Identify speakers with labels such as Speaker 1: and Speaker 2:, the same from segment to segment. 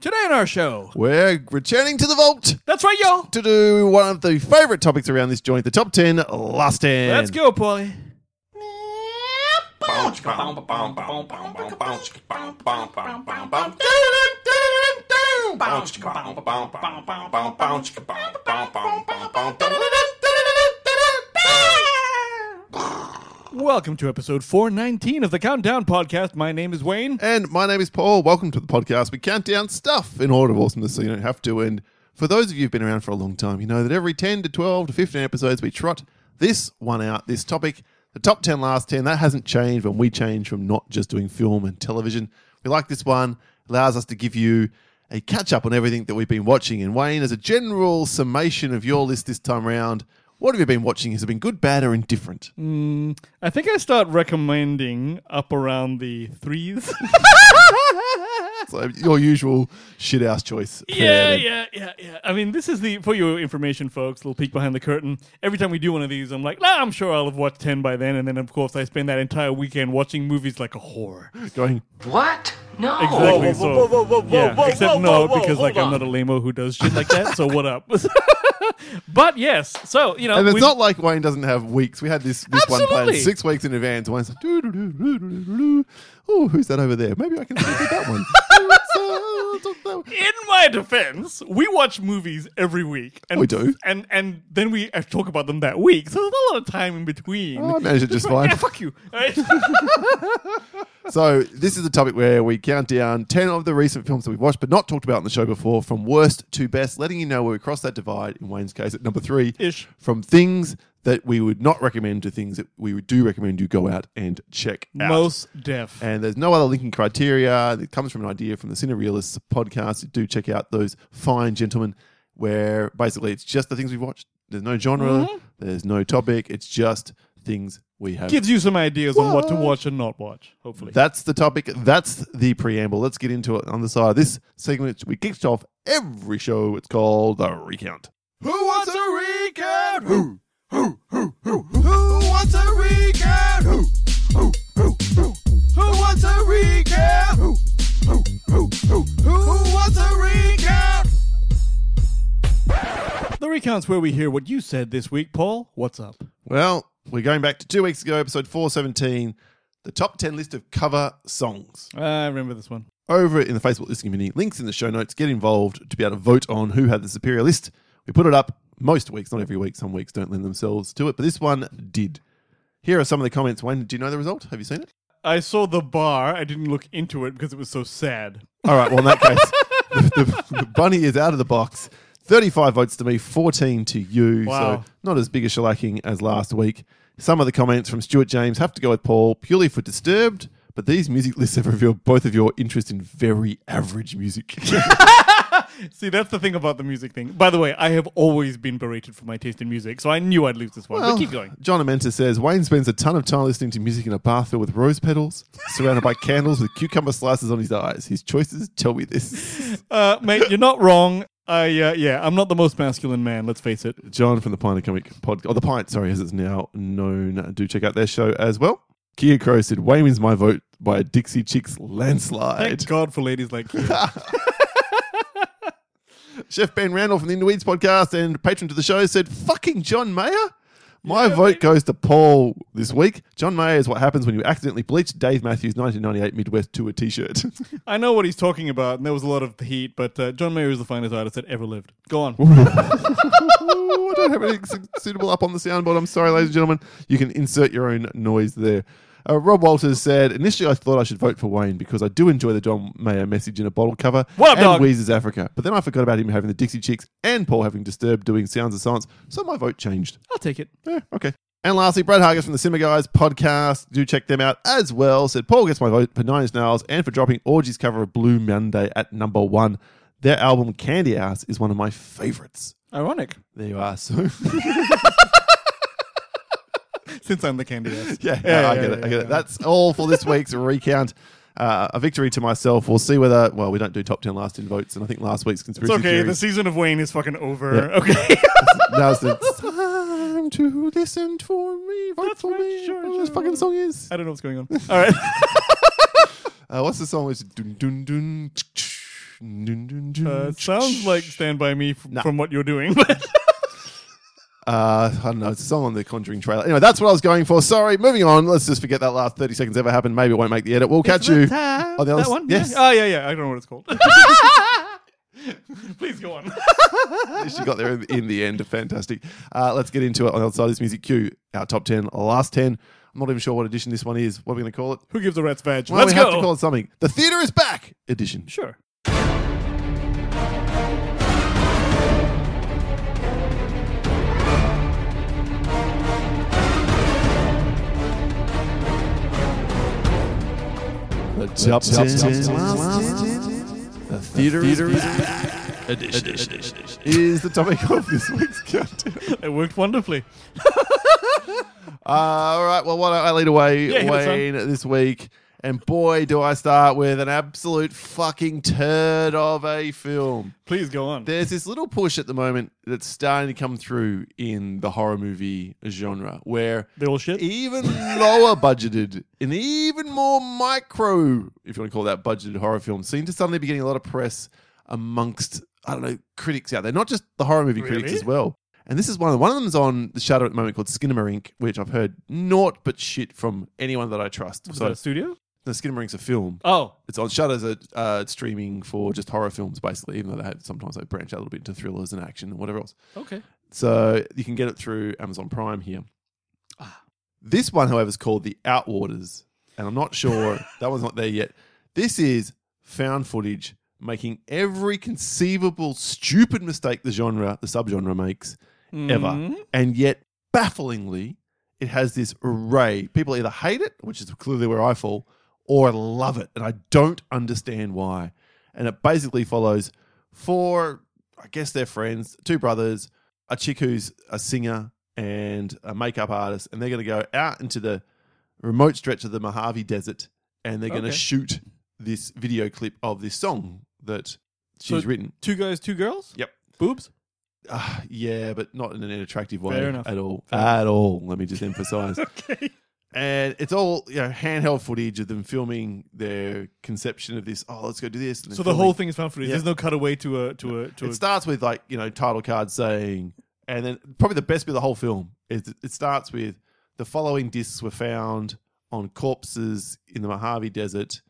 Speaker 1: Today on our show,
Speaker 2: We're returning to the vault
Speaker 1: that's right, y'all.
Speaker 2: to do one of the favorite topics around this joint, the top 10 last end.
Speaker 1: Let's go, Paulie. Welcome to episode 419 of the Countdown Podcast. My name is Wayne.
Speaker 2: And my name is Paul. Welcome to the podcast. We count down stuff in order of awesomeness so you don't have to. And for those of you who've been around for a long time, you know that every 10 to 12 to 15 episodes, we trot this one out, this topic, the top 10, last 10. That hasn't changed when we change from not just doing film and television. We like this one, It allows us to give you a catch up on everything that we've been watching. And Wayne, as a general summation of your list this time round, what have you been watching? Has it been good, bad, or indifferent?
Speaker 1: Mm. I think I start recommending up around the threes.
Speaker 2: So your usual shithouse choice.
Speaker 1: Yeah,
Speaker 2: Fair.
Speaker 1: yeah, yeah, yeah. I mean, this is the for your information, folks. Little peek behind the curtain. Every time we do one of these, I'm like, nah, I'm sure I'll have watched ten by then, and then of course I spend that entire weekend watching movies like a whore.
Speaker 2: Going
Speaker 3: What? No.
Speaker 1: Exactly. so, yeah. Except no, because like I'm not a lameo who does shit like that. so what up? but yes, so you know,
Speaker 2: And it's
Speaker 1: we-
Speaker 2: not like Wayne doesn't have weeks. We had this, this one planned
Speaker 1: Absolutely.
Speaker 2: six weeks in advance. Wayne's like, "Doo-doo-doo-doo-doo-doo-doo." oh, who's that over there? Maybe I can sleep with that one. Ooh, uh, so- so- so-
Speaker 1: in my defense, we watch movies every week, and
Speaker 2: We do.
Speaker 1: and and then we uh, talk about them that week. So there's a lot of time in between.
Speaker 2: Oh, I managed it just
Speaker 1: Yeah,
Speaker 2: fine.
Speaker 1: fuck you.
Speaker 2: So this is the topic where we count down ten of the recent films that we've watched but not talked about on the show before, from worst to best, letting you know where we crossed that divide. In Wayne's case, at number three,
Speaker 1: Ish.
Speaker 2: from things that we would not recommend to things that we do recommend you go out and check out.
Speaker 1: Most deaf.
Speaker 2: And there's no other linking criteria. It comes from an idea from the Cinerealists podcast. Do check out those fine gentlemen, where basically it's just the things we've watched. There's no genre, there's no topic. It's just things we have.
Speaker 1: gives you some ideas on what to watch and not watch, hopefully.
Speaker 2: That's the topic. That's the preamble. Let's get into it on the side. This segment we kicked off every show. It's called the recount. Who wants a recount? Who? Who? Who? Who? Who wants a recount? Who? Who? Who? Who? Who wants a recount? Who? Who? Who? Who? Who wants a recount?
Speaker 1: the recount's where we hear what you said this week, Paul. What's up?
Speaker 2: Well, we're going back to two weeks ago, episode four seventeen, the top ten list of cover songs.
Speaker 1: I remember this one.
Speaker 2: over in the Facebook listening community. Links in the show notes. Get involved to be able to vote on who had the superior list. We put it up most weeks, not every week. Some weeks don't lend themselves to it, but this one did. Here are some of the comments. Wayne, do you know the result? Have you seen it?
Speaker 1: I saw the bar. I didn't look into it because it was so sad.
Speaker 2: All right. Well, in that case, the, the bunny is out of the box. 35 votes to me, 14 to you.
Speaker 1: Wow.
Speaker 2: So not as big a shellacking as last week. Some of the comments from Stuart James have to go with Paul purely for disturbed, but these music lists have revealed both of your interest in very average music.
Speaker 1: See, that's the thing about the music thing. By the way, I have always been berated for my taste in music, so I knew I'd lose this one.
Speaker 2: Well,
Speaker 1: but keep going.
Speaker 2: John Amenta says Wayne spends a ton of time listening to music in a bath filled with rose petals, surrounded by candles with cucumber slices on his eyes. His choices tell me this.
Speaker 1: Uh, mate, you're not wrong. I uh, yeah, I'm not the most masculine man. Let's face it.
Speaker 2: John from the Pint of Comic podcast, or the Pint, sorry, as it's now known. Do check out their show as well. Kia Crow said Wayne wins my vote by a Dixie Chicks landslide.
Speaker 1: Thank God for ladies like you.
Speaker 2: Chef Ben Randall from the Inuits podcast and patron to the show said, "Fucking John Mayer." My vote goes to Paul this week. John Mayer is what happens when you accidentally bleach Dave Matthews' 1998 Midwest Tour T-shirt.
Speaker 1: I know what he's talking about, and there was a lot of heat, but uh, John Mayer is the finest artist that ever lived. Go on.
Speaker 2: Ooh, I don't have anything su- suitable up on the soundboard. I'm sorry, ladies and gentlemen. You can insert your own noise there. Uh, Rob Walters said, initially I thought I should vote for Wayne because I do enjoy the John Mayer message in a bottle cover
Speaker 1: What up,
Speaker 2: and
Speaker 1: dog?
Speaker 2: Weezer's Africa. But then I forgot about him having the Dixie Chicks and Paul having Disturbed doing Sounds of Science, so my vote changed.
Speaker 1: I'll take it.
Speaker 2: Eh, okay. And lastly, Brad Hargis from the Simmer Guys podcast. Do check them out as well. Said Paul gets my vote for Nine Inch Nails and for dropping Orgy's cover of Blue Monday at number one. Their album Candy Ass is one of my favorites.
Speaker 1: Ironic,
Speaker 2: There you are. So
Speaker 1: since I'm the candy ass.
Speaker 2: yeah, I get it. I get it. That's all for this week's recount. Uh, a victory to myself. We'll see whether. Well, we don't do top ten last in votes, and I think last week's
Speaker 1: It's
Speaker 2: conspiracy
Speaker 1: okay.
Speaker 2: theory.
Speaker 1: The season of Wayne is fucking over.
Speaker 2: Yeah.
Speaker 1: Okay.
Speaker 2: now's the time to listen for me. Vote for
Speaker 1: right,
Speaker 2: me.
Speaker 1: sure,
Speaker 2: Whatever this
Speaker 1: sure.
Speaker 2: fucking song is.
Speaker 1: I don't know what's going on. All right.
Speaker 2: Uh, what's the song? It's dun dun dun. tch, tch.
Speaker 1: Uh, it sounds like Stand By Me f-
Speaker 2: Nah.
Speaker 1: from what you're doing. but-
Speaker 2: Uh, I don't know. It's a song on the Conjuring trailer. Anyway, that's what I was going for. Sorry. Moving on. Let's just forget that last 30 seconds ever happened. Maybe it won't make the edit. We'll catch you.
Speaker 1: That,
Speaker 2: on the other s-
Speaker 1: one?
Speaker 2: Yes.
Speaker 1: Yeah. Oh, yeah, yeah. I don't know what it's called. Please go on.
Speaker 2: At least you got there in, in the end. Fantastic. Uh, let's get into it on the other side of this music cue. Our top 10, our last 10. I'm not even sure what edition this one is. What are we going to call it?
Speaker 1: Who gives a rat's vag?
Speaker 2: Well,
Speaker 1: Let's
Speaker 2: we
Speaker 1: go.
Speaker 2: have to call it something. The Theatre is Back edition.
Speaker 1: Sure.
Speaker 2: The top 10. The Theatre is Back edition is the topic of this week's countdown.
Speaker 1: It worked wonderfully.
Speaker 2: Uh, all right. Well, why don't I lead away,
Speaker 1: Yeah, hit it, son.
Speaker 2: Wayne, this week? And boy, do I start with an absolute fucking turd of a film.
Speaker 1: Please go on.
Speaker 2: There's this little push at the moment that's starting to come through in the horror movie genre, where
Speaker 1: They're all shit.
Speaker 2: even lower budgeted and even more micro, if you want to call that budgeted horror films, seem to suddenly be getting a lot of press amongst, I don't know, critics out there, not just the horror movie critics
Speaker 1: Really?
Speaker 2: as well. And this is one of them. One of them's on the shadow at the moment called Skinamarink, which I've heard naught but shit from anyone that I trust.
Speaker 1: Was that
Speaker 2: So
Speaker 1: a studio?
Speaker 2: the Skinamarink's a film.
Speaker 1: Oh,
Speaker 2: It's on Shudder's a uh, streaming for just horror films, basically. Even though they have, sometimes they branch out a little bit into thrillers and action and whatever else.
Speaker 1: okay.
Speaker 2: So you can get it through Amazon Prime here. This one, however, is called The Outwaters. And I'm not sure that one's not there yet. This is found footage making every conceivable stupid mistake the genre, the subgenre makes ever.
Speaker 1: Mhm.
Speaker 2: And yet, bafflingly, it has this array. People either hate it, which is clearly where I fall, or love it. And I don't understand why. And it basically follows four, I guess they're friends, two brothers, a chick who's a singer and a makeup artist. And they're going to go out into the remote stretch of the Mojave Desert and they're going to
Speaker 1: Okay.
Speaker 2: shoot this video clip of this song that she's
Speaker 1: So-
Speaker 2: written.
Speaker 1: Two guys, two girls?
Speaker 2: Yep.
Speaker 1: Boobs?
Speaker 2: Ah, yeah, but not in an attractive way
Speaker 1: Fair enough.
Speaker 2: at all.
Speaker 1: Fair
Speaker 2: at all. Let me just emphasize.
Speaker 1: Okay.
Speaker 2: and it's all you know, handheld footage of them filming their conception of this. Oh, let's go do this. and
Speaker 1: So
Speaker 2: then
Speaker 1: the whole
Speaker 2: filming.
Speaker 1: thing is found footage.
Speaker 2: Yeah.
Speaker 1: There's no cutaway to a to a to a.
Speaker 2: It starts with like you know title card saying, and then probably the best bit of the whole film is it- it starts with the following discs were found on corpses in the Mojave Desert,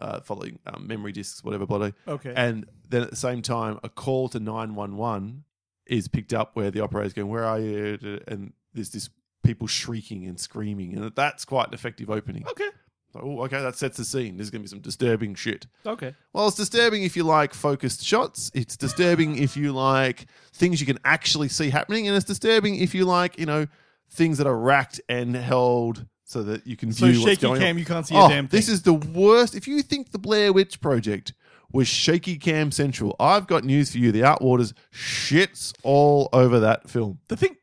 Speaker 2: uh, following um, memory discs, whatever, blah,
Speaker 1: okay.
Speaker 2: and then at the same time, a call to 911 is picked up where the operator's going, Where are you? And there's this people shrieking and screaming. And that's quite an effective opening.
Speaker 1: okay.
Speaker 2: So, oh, okay, that sets the scene. There's going to be some disturbing shit.
Speaker 1: Okay.
Speaker 2: Well, it's disturbing if you like focused shots. It's disturbing if you like things you can actually see happening. And it's disturbing if you like, you know, things that are racked and held so that you can
Speaker 1: So
Speaker 2: view what's
Speaker 1: shaky
Speaker 2: going on.
Speaker 1: cam, you can't see
Speaker 2: Oh,
Speaker 1: a damn thing.
Speaker 2: This is the worst. If you think the Blair Witch Project was shaky cam central, I've got news for you. The Outwaters shits all over that film.
Speaker 1: the thing.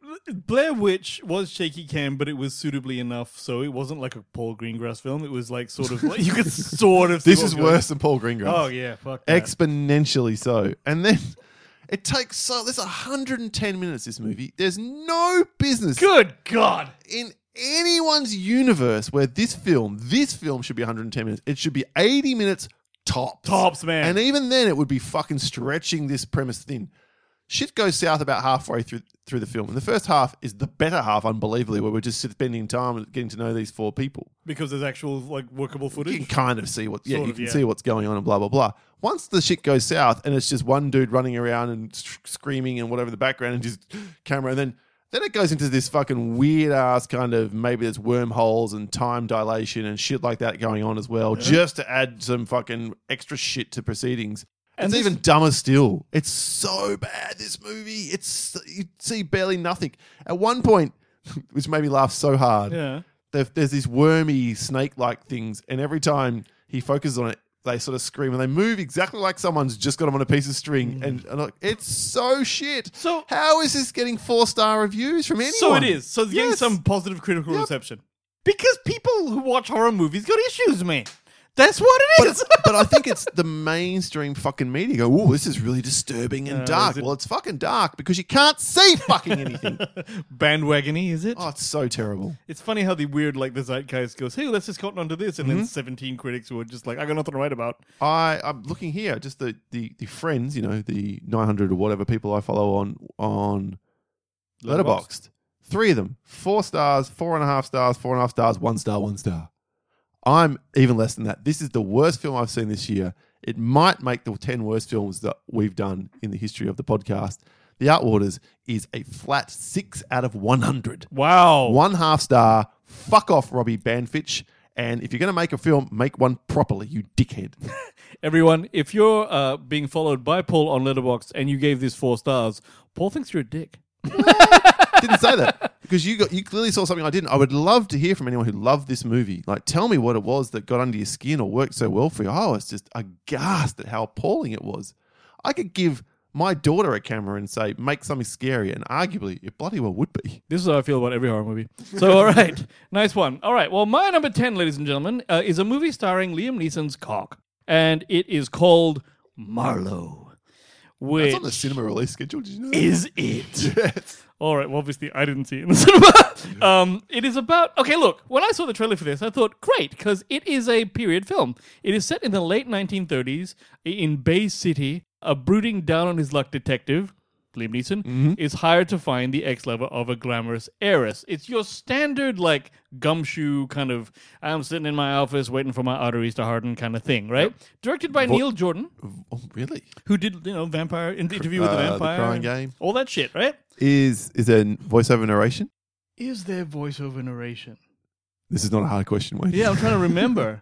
Speaker 1: Blair Witch was shaky cam, but it was suitably enough, so it wasn't like a Paul Greengrass film. It was like sort of like you could sort of. see
Speaker 2: This
Speaker 1: what was
Speaker 2: is
Speaker 1: going-
Speaker 2: worse than Paul Greengrass.
Speaker 1: Oh yeah, fuck. that.
Speaker 2: Exponentially so. And then it takes so there's 110 minutes this movie. There's no business
Speaker 1: Good God.
Speaker 2: in anyone's universe where this film, this film should be 110 minutes. It should be 80 minutes tops.
Speaker 1: Tops, man.
Speaker 2: And even then, it would be fucking stretching this premise thin. Shit goes south about halfway through through the film, and the first half is the better half, unbelievably, where we're just spending time getting to know these four people.
Speaker 1: because there's actual like workable
Speaker 2: You can
Speaker 1: footage.
Speaker 2: kind of see what, yeah,
Speaker 1: Sort
Speaker 2: you
Speaker 1: of,
Speaker 2: can
Speaker 1: yeah.
Speaker 2: see what's going on, and blah blah blah. Once the shit goes south, and it's just one dude running around and s- screaming and whatever in the background, and just camera, and then then it goes into this fucking weird ass kind of maybe there's wormholes and time dilation and shit like that going on as well, just to add some fucking extra shit to proceedings.
Speaker 1: And
Speaker 2: it's
Speaker 1: this-
Speaker 2: even dumber still. It's so bad. This movie. It's you see barely nothing. At one point, which made me laugh so hard
Speaker 1: Yeah.
Speaker 2: there- there's these wormy snake-like things, and every time he focuses on it, they sort of scream and they move exactly like someone's just got them on a piece of string, and, and like, it's so shit.
Speaker 1: Mm. So-
Speaker 2: how is this getting four-star reviews from anyone?
Speaker 1: So it is. So it's getting
Speaker 2: Yes.
Speaker 1: some positive critical
Speaker 2: Yep.
Speaker 1: reception. Because people who watch horror movies got issues, man. That's what it
Speaker 2: But,
Speaker 1: is.
Speaker 2: it's- but I think it's the mainstream fucking media go, oh, this is really disturbing and
Speaker 1: Uh,
Speaker 2: dark.
Speaker 1: is it-
Speaker 2: Well, it's fucking dark because you can't see fucking anything.
Speaker 1: Bandwagony, is it?
Speaker 2: oh, it's so terrible.
Speaker 1: It's funny how the weird, like the zeitgeist goes, hey, let's just cotton onto this. And then 17 critics were just like, I got nothing to write about.
Speaker 2: I, I'm looking here, just the, the, the friends, you know, the 900 or whatever people I follow on on
Speaker 1: Letterboxd.
Speaker 2: Letterboxd. Three of them, four stars, four and a half stars, four and a half stars, one star, one star. I'm even less than that. This is the worst film I've seen this year. It might make the 10 worst films that we've done in the history of the podcast. The Art Waters is a flat six out of 100.
Speaker 1: Wow.
Speaker 2: One half star. Fuck off, Robbie Banfitch. And if you're going to make a film, make one properly, you dickhead.
Speaker 1: Everyone, if you're uh, being followed by Paul on Letterboxd and you gave this four stars, Paul thinks you're a dick.
Speaker 2: didn't say that because you got you clearly saw something I didn't. I would love to hear from anyone who loved this movie. Like, tell me what it was that got under your skin or worked so well for you. I was just aghast at how appalling it was. I could give my daughter a camera and say, make something scary, and arguably it bloody well would be.
Speaker 1: This is how I feel about every horror movie. So, all right, nice one. All right, well, my number 10, ladies and gentlemen, uh, is a movie starring Liam Neeson's cock, and it is called Marlowe. Which
Speaker 2: It's on the cinema release schedule. Did you know? that?
Speaker 1: is it?
Speaker 2: Yes.
Speaker 1: All right. Well, obviously, I didn't see it in the cinema. um, it is about. Okay, look. When I saw the trailer for this, I thought, great, because it is a period film. It is set in the late 1930s in Bay City. A brooding, down on his luck detective, Liam Neeson, is hired to find the ex-lover of a glamorous heiress. It's your standard like gumshoe kind of. I'm sitting in my office waiting for my arteries to harden kind of thing, right? Directed by Neil Jordan,
Speaker 2: Oh, really?
Speaker 1: who did you know Vampire Interview with
Speaker 2: Uh,
Speaker 1: the
Speaker 2: The
Speaker 1: Vampire,
Speaker 2: Crying Game.
Speaker 1: all that shit, right?
Speaker 2: Is is there voiceover narration?
Speaker 1: Is there voiceover narration?
Speaker 2: This is not a hard question. Wayne.
Speaker 1: Yeah, I'm trying to remember.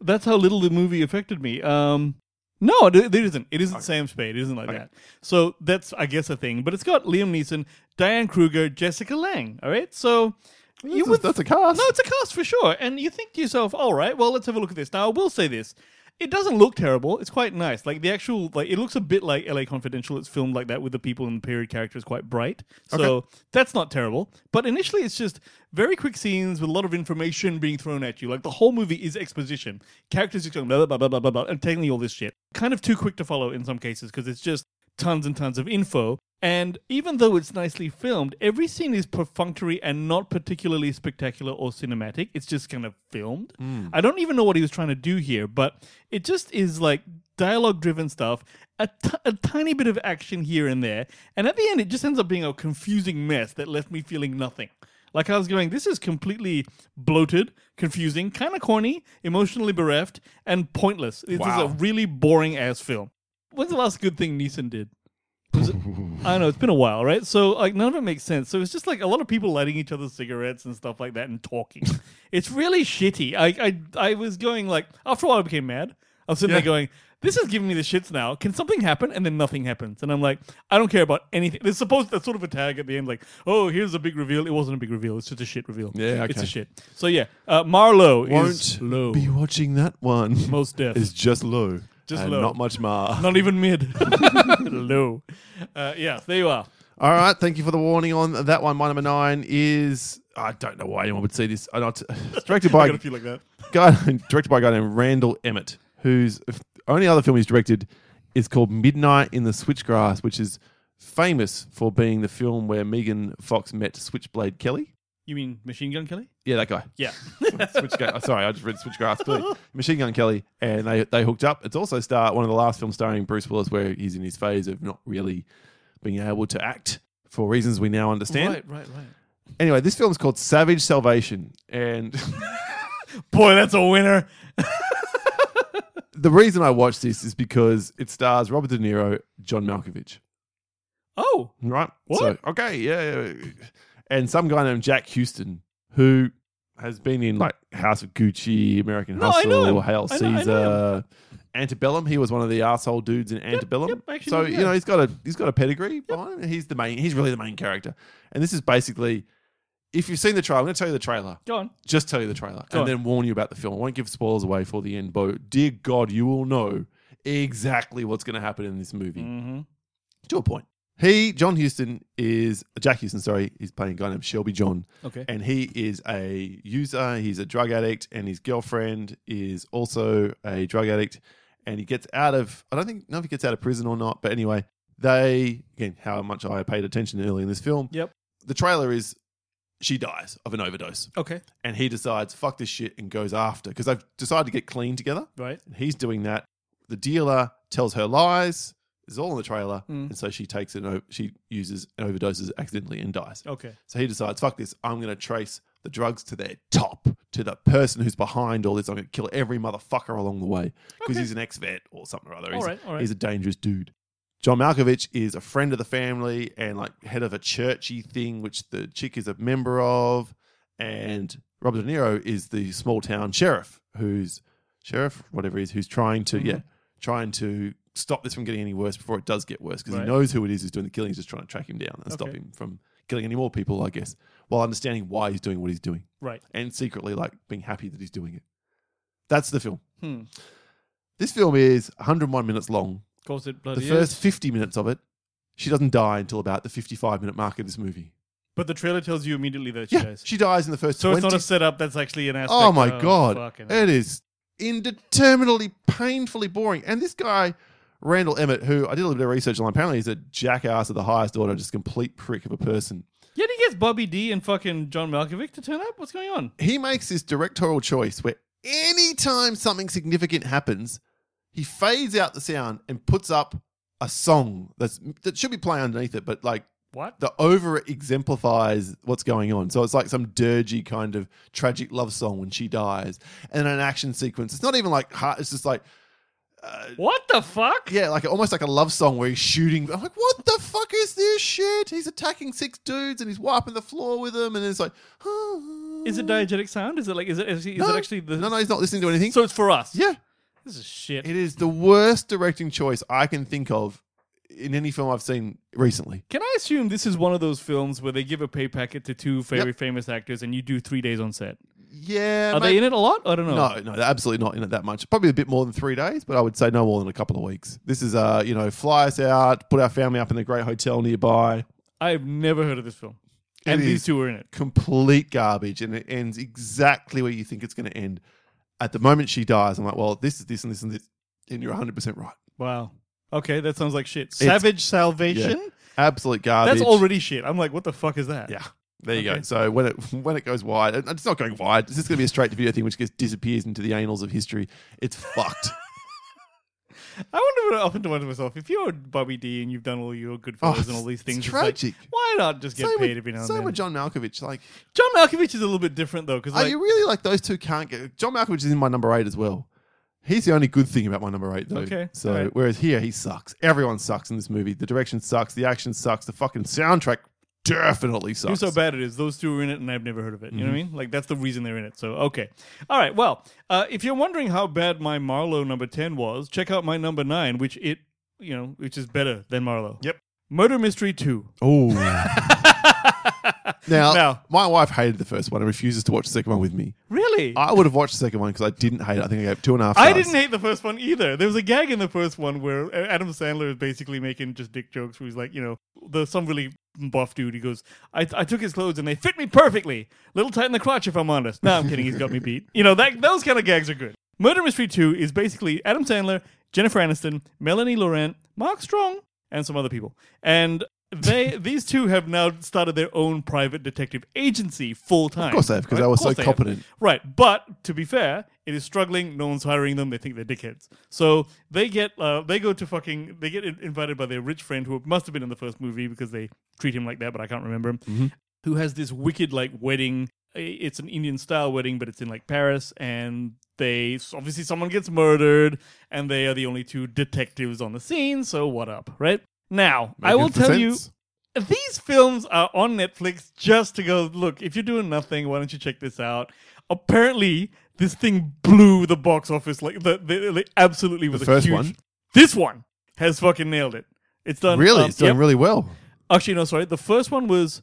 Speaker 1: That's how little the movie affected me. Um, no, it, it isn't. It isn't Sam Spade. It isn't like that. So that's, I guess, a thing. But it's got Liam Neeson, Diane Kruger, Jessica Lang. All right, so you
Speaker 2: that's, a,
Speaker 1: would
Speaker 2: that's a cast.
Speaker 1: no, it's a cast for sure. And you think to yourself, all right, well, let's have a look at this. Now, I will say this. It doesn't look terrible. It's quite nice. Like the actual, like it looks a bit like LA Confidential. It's filmed like that with the people and the period characters quite bright. So that's not terrible. But initially, it's just very quick scenes with a lot of information being thrown at you. Like the whole movie is exposition. Characters just going blah blah blah blah blah blah, and telling you all this shit. Kind of too quick to follow in some cases because it's just tons and tons of info. And even though it's nicely filmed, every scene is perfunctory and not particularly spectacular or cinematic. It's just kind of filmed. I don't even know what he was trying to do here, but it just is like dialogue driven stuff, a ti- a tiny bit of action here and there. And at the end, it just ends up being a confusing mess that left me feeling nothing. Like I was going, this is completely bloated, confusing, kind of corny, emotionally bereft, and pointless. This is a
Speaker 2: Wow.
Speaker 1: really boring ass film. When's the last good thing Neeson did? Was it- I know it's been a while, right? So like none of it makes sense. So it's just like a lot of people lighting each other's cigarettes and stuff like that and talking. it's really shitty. I, I I was going like after a while I became mad. I was sitting
Speaker 2: Yeah.
Speaker 1: there going, "This is giving me the shits now. Can something happen?" And then nothing happens, and I'm like, "I don't care about anything." There's supposed that's sort of a tag at the end, like, "Oh, here's a big reveal." It wasn't a big reveal. It's just a shit reveal.
Speaker 2: Yeah,
Speaker 1: it's
Speaker 2: okay.
Speaker 1: a shit. So yeah, uh, Marlowe
Speaker 2: Won't
Speaker 1: is low,
Speaker 2: be watching that one.
Speaker 1: most death.
Speaker 2: It's just low.
Speaker 1: Just
Speaker 2: and
Speaker 1: low.
Speaker 2: Not much mar.
Speaker 1: Not even mid. Low. Uh, yeah, there you are.
Speaker 2: All right, thank you for the warning on that one. My number nine is I don't know why anyone would see this. I don't, it's directed by
Speaker 1: I got
Speaker 2: a
Speaker 1: a few like that.
Speaker 2: guy directed by a guy named Randall Emmett, whose only other film he's directed is called Midnight in the Switchgrass, which is famous for being the film where Megan Fox met Switchblade Kelly.
Speaker 1: You mean Machine Gun Kelly?
Speaker 2: Yeah, that guy.
Speaker 1: Yeah.
Speaker 2: Switchga- oh, sorry, I just read Switchgrass. Kelly. Machine Gun Kelly, and they they hooked up. It's also star one of the last films starring Bruce Willis, where he's in his phase of not really being able to act for reasons we now understand.
Speaker 1: Right, right, right.
Speaker 2: Anyway, this film's called Savage Salvation, and
Speaker 1: Boy, that's a winner.
Speaker 2: the reason I watched this is because it stars Robert De Niro, John Malkovich,
Speaker 1: Oh,
Speaker 2: right?
Speaker 1: What?
Speaker 2: okay, yeah, yeah, yeah. and some guy named Jack Houston who has been in like House of Gucci, American
Speaker 1: No, I know
Speaker 2: Hustle,
Speaker 1: him.
Speaker 2: Hail
Speaker 1: I know- I know
Speaker 2: Caesar, Antebellum. He was one of the asshole dudes in Antebellum.
Speaker 1: yep, I actually
Speaker 2: so
Speaker 1: know,
Speaker 2: you
Speaker 1: yeah.
Speaker 2: know he's got a he's got a pedigree behind him. He's the main. He's really the main character, and this is basically. If you've seen the trailer, I'm going to tell you the trailer.
Speaker 1: go on.
Speaker 2: just tell you the trailer
Speaker 1: Go
Speaker 2: and
Speaker 1: on.
Speaker 2: then warn you about the film. I won't give spoilers away for the end, but dear God, you will know exactly what's going to happen in this movie
Speaker 1: Mm-hmm.
Speaker 2: to a point. He, John Houston, is Jack Houston. Sorry, he's playing a guy named Shelby John.
Speaker 1: Okay.
Speaker 2: and he is a user. He's a drug addict, and his girlfriend is also a drug addict. And he gets out of. I don't think know if he gets out of prison or not, but anyway, they again how much I paid attention early in this film.
Speaker 1: Yep.
Speaker 2: The trailer is she dies of an overdose,
Speaker 1: Okay.
Speaker 2: and he decides fuck this shit and goes after because they've decided to get clean together.
Speaker 1: Right.
Speaker 2: And he's doing that. The dealer tells her lies. It's all in the trailer,
Speaker 1: Mm.
Speaker 2: and so she takes it. o- She uses and overdoses accidentally and dies.
Speaker 1: Okay.
Speaker 2: So he decides, fuck this, I'm going to trace the drugs to their top, to the person who's behind all this. I'm going to kill every motherfucker along the way because
Speaker 1: Okay.
Speaker 2: he's an ex vet or something or other.
Speaker 1: All
Speaker 2: He's,
Speaker 1: right. All right.
Speaker 2: he's a dangerous dude. John Malkovich is a friend of the family and like head of a churchy thing, which the chick is a member of. And Robert De Niro is the small town sheriff who's sheriff, whatever he is, who's trying to,
Speaker 1: Mhm.
Speaker 2: yeah, trying to stop this from getting any worse before it does get worse because
Speaker 1: Right.
Speaker 2: he knows who it is who's doing the killing. He's just trying to track him down and stop
Speaker 1: Okay.
Speaker 2: him from killing any more people, I guess, while understanding why he's doing what he's doing
Speaker 1: Right.
Speaker 2: and secretly like being happy that he's doing it. That's the film.
Speaker 1: Hmm.
Speaker 2: This film is 101 minutes long.
Speaker 1: Of course, it
Speaker 2: The
Speaker 1: bloody
Speaker 2: first
Speaker 1: is.
Speaker 2: 50 minutes of it, she doesn't die until about the 55 minute mark of this movie.
Speaker 1: But the trailer tells you immediately that she
Speaker 2: yeah,
Speaker 1: dies.
Speaker 2: she dies in the first
Speaker 1: So
Speaker 2: 20.
Speaker 1: it's not a setup. That's actually an aspect.
Speaker 2: oh my
Speaker 1: of
Speaker 2: god,
Speaker 1: fucking-
Speaker 2: it is indeterminately painfully boring. And this guy, Randall Emmett, who I did a little bit of research on, apparently he's a jackass of the highest order, just a complete prick of a person.
Speaker 1: Yeah, he gets Bobby D and fucking John Malkovich to turn up. What's going on?
Speaker 2: he makes this directorial choice where anytime something significant happens, he fades out the sound and puts up a song that's that should be playing underneath it, but like
Speaker 1: What?
Speaker 2: the over exemplifies what's going on. So it's like some dirgy kind of tragic love song when she dies, and an action sequence. It's not even like heart. It's just like
Speaker 1: What the fuck?
Speaker 2: yeah, like almost like a love song where he's shooting. I'm like, what the fuck is this shit? He's attacking six dudes and he's wiping the floor with them, and it's like,
Speaker 1: Is it diegetic sound? Is it like is it is, it- is
Speaker 2: No.
Speaker 1: it actually the
Speaker 2: No, no, he's not listening to anything.
Speaker 1: So it's for us.
Speaker 2: yeah,
Speaker 1: This is shit.
Speaker 2: It is the worst directing choice I can think of in any film I've seen recently.
Speaker 1: Can I assume this is one of those films where they give a pay packet to two very
Speaker 2: Yep.
Speaker 1: famous actors and you do three days on set?
Speaker 2: Yeah.
Speaker 1: Are they in it a lot? I don't know.
Speaker 2: No, no, they're absolutely not in it that much. Probably a bit more than three days, but I would say no more than a couple of weeks. This is, uh, you know, fly us out, put our family up in a great hotel nearby.
Speaker 1: I've never heard of this film. And
Speaker 2: It
Speaker 1: these
Speaker 2: is
Speaker 1: two are in it.
Speaker 2: Complete garbage, and it ends exactly where you think it's going to end. At the moment she dies, I'm like, well, this is this and this and this, and you're 100% right.
Speaker 1: Wow. Okay, that sounds like shit. Savage Salvation?
Speaker 2: Absolute garbage.
Speaker 1: That's already shit. I'm like, what the fuck is that?
Speaker 2: Yeah. There you
Speaker 1: Okay.
Speaker 2: go. So when it when it goes wide, and it's not going wide. This is going to be a straight to video thing, which just disappears into the annals of history. It's fucked.
Speaker 1: I wonder what I often wonder to myself if you're Bobby D and you've done all your good
Speaker 2: Oh,
Speaker 1: fellows and all these
Speaker 2: it's
Speaker 1: things. it's like,
Speaker 2: tragic.
Speaker 1: why not just get
Speaker 2: so
Speaker 1: paid
Speaker 2: with,
Speaker 1: every now and
Speaker 2: so
Speaker 1: then?
Speaker 2: with John Malkovich. Like,
Speaker 1: John Malkovich is a little bit different though, because
Speaker 2: are
Speaker 1: like,
Speaker 2: Oh, you really like those two can't get? John Malkovich is in my number eight as well. He's the only good thing about my number eight, though.
Speaker 1: Okay.
Speaker 2: So
Speaker 1: All right.
Speaker 2: whereas here he sucks. Everyone sucks in this movie. The direction sucks. The action sucks. The fucking soundtrack definitely
Speaker 1: Here's
Speaker 2: sucks.
Speaker 1: how bad it is. Those two are in it, and I've never heard of it. You know what I mean? Like that's the reason they're in it. So okay, all right. Well, uh, if you're wondering how bad my Marlowe number ten was, check out my number nine, which it you know, which is better than Marlowe.
Speaker 2: Yep.
Speaker 1: Murder Mystery Two.
Speaker 2: oh. now,
Speaker 1: Now-
Speaker 2: my wife hated the first one and refuses to watch the second one with me.
Speaker 1: Really? I-
Speaker 2: I would have watched the second one because I didn't hate it. I think I gave it two and a half. stars.
Speaker 1: didn't hate the first one either. There was a gag in the first one where uh, Adam Sandler is basically making just dick jokes where he's like, you know, the some really buff dude. He goes, I, I took his clothes and they fit me perfectly. Little tight in the crotch, if I'm honest. No, I'm kidding. He's got me beat. You know, that those kind of gags are good. Murder Mystery 2 is basically Adam Sandler, Jennifer Aniston, Melanie Laurent, Mark Strong, and some other people. And they these two have now started their own private detective agency full time. Of
Speaker 2: course they have, 'cause they were so competent.
Speaker 1: Right, but to be fair, it is struggling. No one's hiring them. They think they're dickheads. So they get uh, they go to fucking they get in- invited by their rich friend who must have been in the first movie because they treat him like that, but I can't remember him. Who has this wicked like wedding? I- It's an Indian style wedding, but it's in like Paris, and they so obviously someone gets murdered, and they are the only two detectives on the scene. So what up, right? Now I will
Speaker 2: Making
Speaker 1: tell you
Speaker 2: sense.
Speaker 1: these films are on Netflix just to go look. If you're doing nothing, why don't you check this out? Apparently, this thing blew the box office like the, the, the- absolutely was
Speaker 2: The
Speaker 1: a
Speaker 2: first
Speaker 1: huge-
Speaker 2: one?
Speaker 1: This one has fucking nailed it. It's done
Speaker 2: Really,
Speaker 1: um,
Speaker 2: it's doing
Speaker 1: yep.
Speaker 2: really well.
Speaker 1: Actually, no, sorry. The first one was.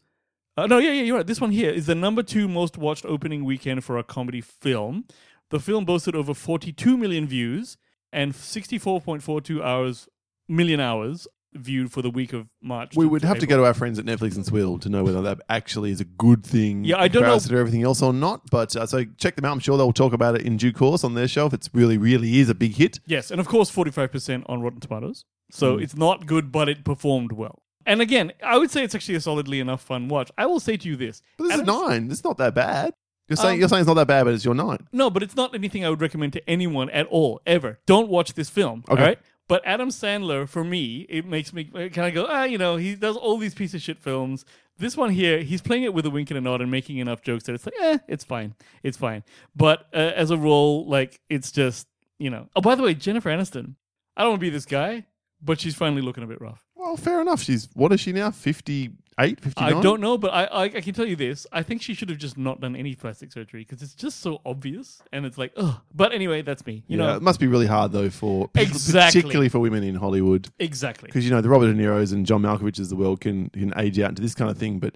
Speaker 1: Uh, no, yeah, yeah, you're right. This one here is the number two most watched opening weekend for a comedy film. The film boasted over 42 million views and 64.42 hours million hours viewed for the week of March.
Speaker 2: We would have to go to our friends at Netflix and Swill to know whether that actually is a good thing.
Speaker 1: Yeah, I
Speaker 2: in
Speaker 1: don't know-
Speaker 2: comparison to everything else or not. But uh, so check them out. I'm sure they'll talk about it in due course on their show if it's really, really is a big hit.
Speaker 1: Yes, and of course, 45% on Rotten Tomatoes.
Speaker 2: Hmm.
Speaker 1: So it's not good, but it performed well. And again, I would say it's actually a solidly enough fun watch. I will say to you this.
Speaker 2: But this
Speaker 1: Adam-
Speaker 2: is nine. It's not that bad. You're saying
Speaker 1: Um,
Speaker 2: you're saying it's not that bad, but it's your nine.
Speaker 1: No, but it's not anything I would recommend to anyone at all, ever. Don't watch this film.
Speaker 2: Okay.
Speaker 1: All right. But Adam Sandler, for me, it makes me kind of go, ah, you know, he does all these piece of shit films. This one here, he's playing it with a wink and a nod and making enough jokes that it's like, eh, it's fine. It's fine. But uh, as a role, like, it's just, you know. Oh, by the way, Jennifer Aniston. I don't want to be this guy, but she's finally looking a bit rough.
Speaker 2: Well, fair enough. She's what is she now? 58, 59?
Speaker 1: I don't know, but I, I I can tell you this. I think she should have just not done any plastic surgery because it's just so obvious and it's like, ugh. But anyway, that's me. You
Speaker 2: yeah,
Speaker 1: know,
Speaker 2: it must be really hard though for
Speaker 1: Exactly.
Speaker 2: particularly for women in Hollywood.
Speaker 1: Exactly.
Speaker 2: because you know the Robert De Niro's and John Malkovich's of the world can can age out into this kind of thing. But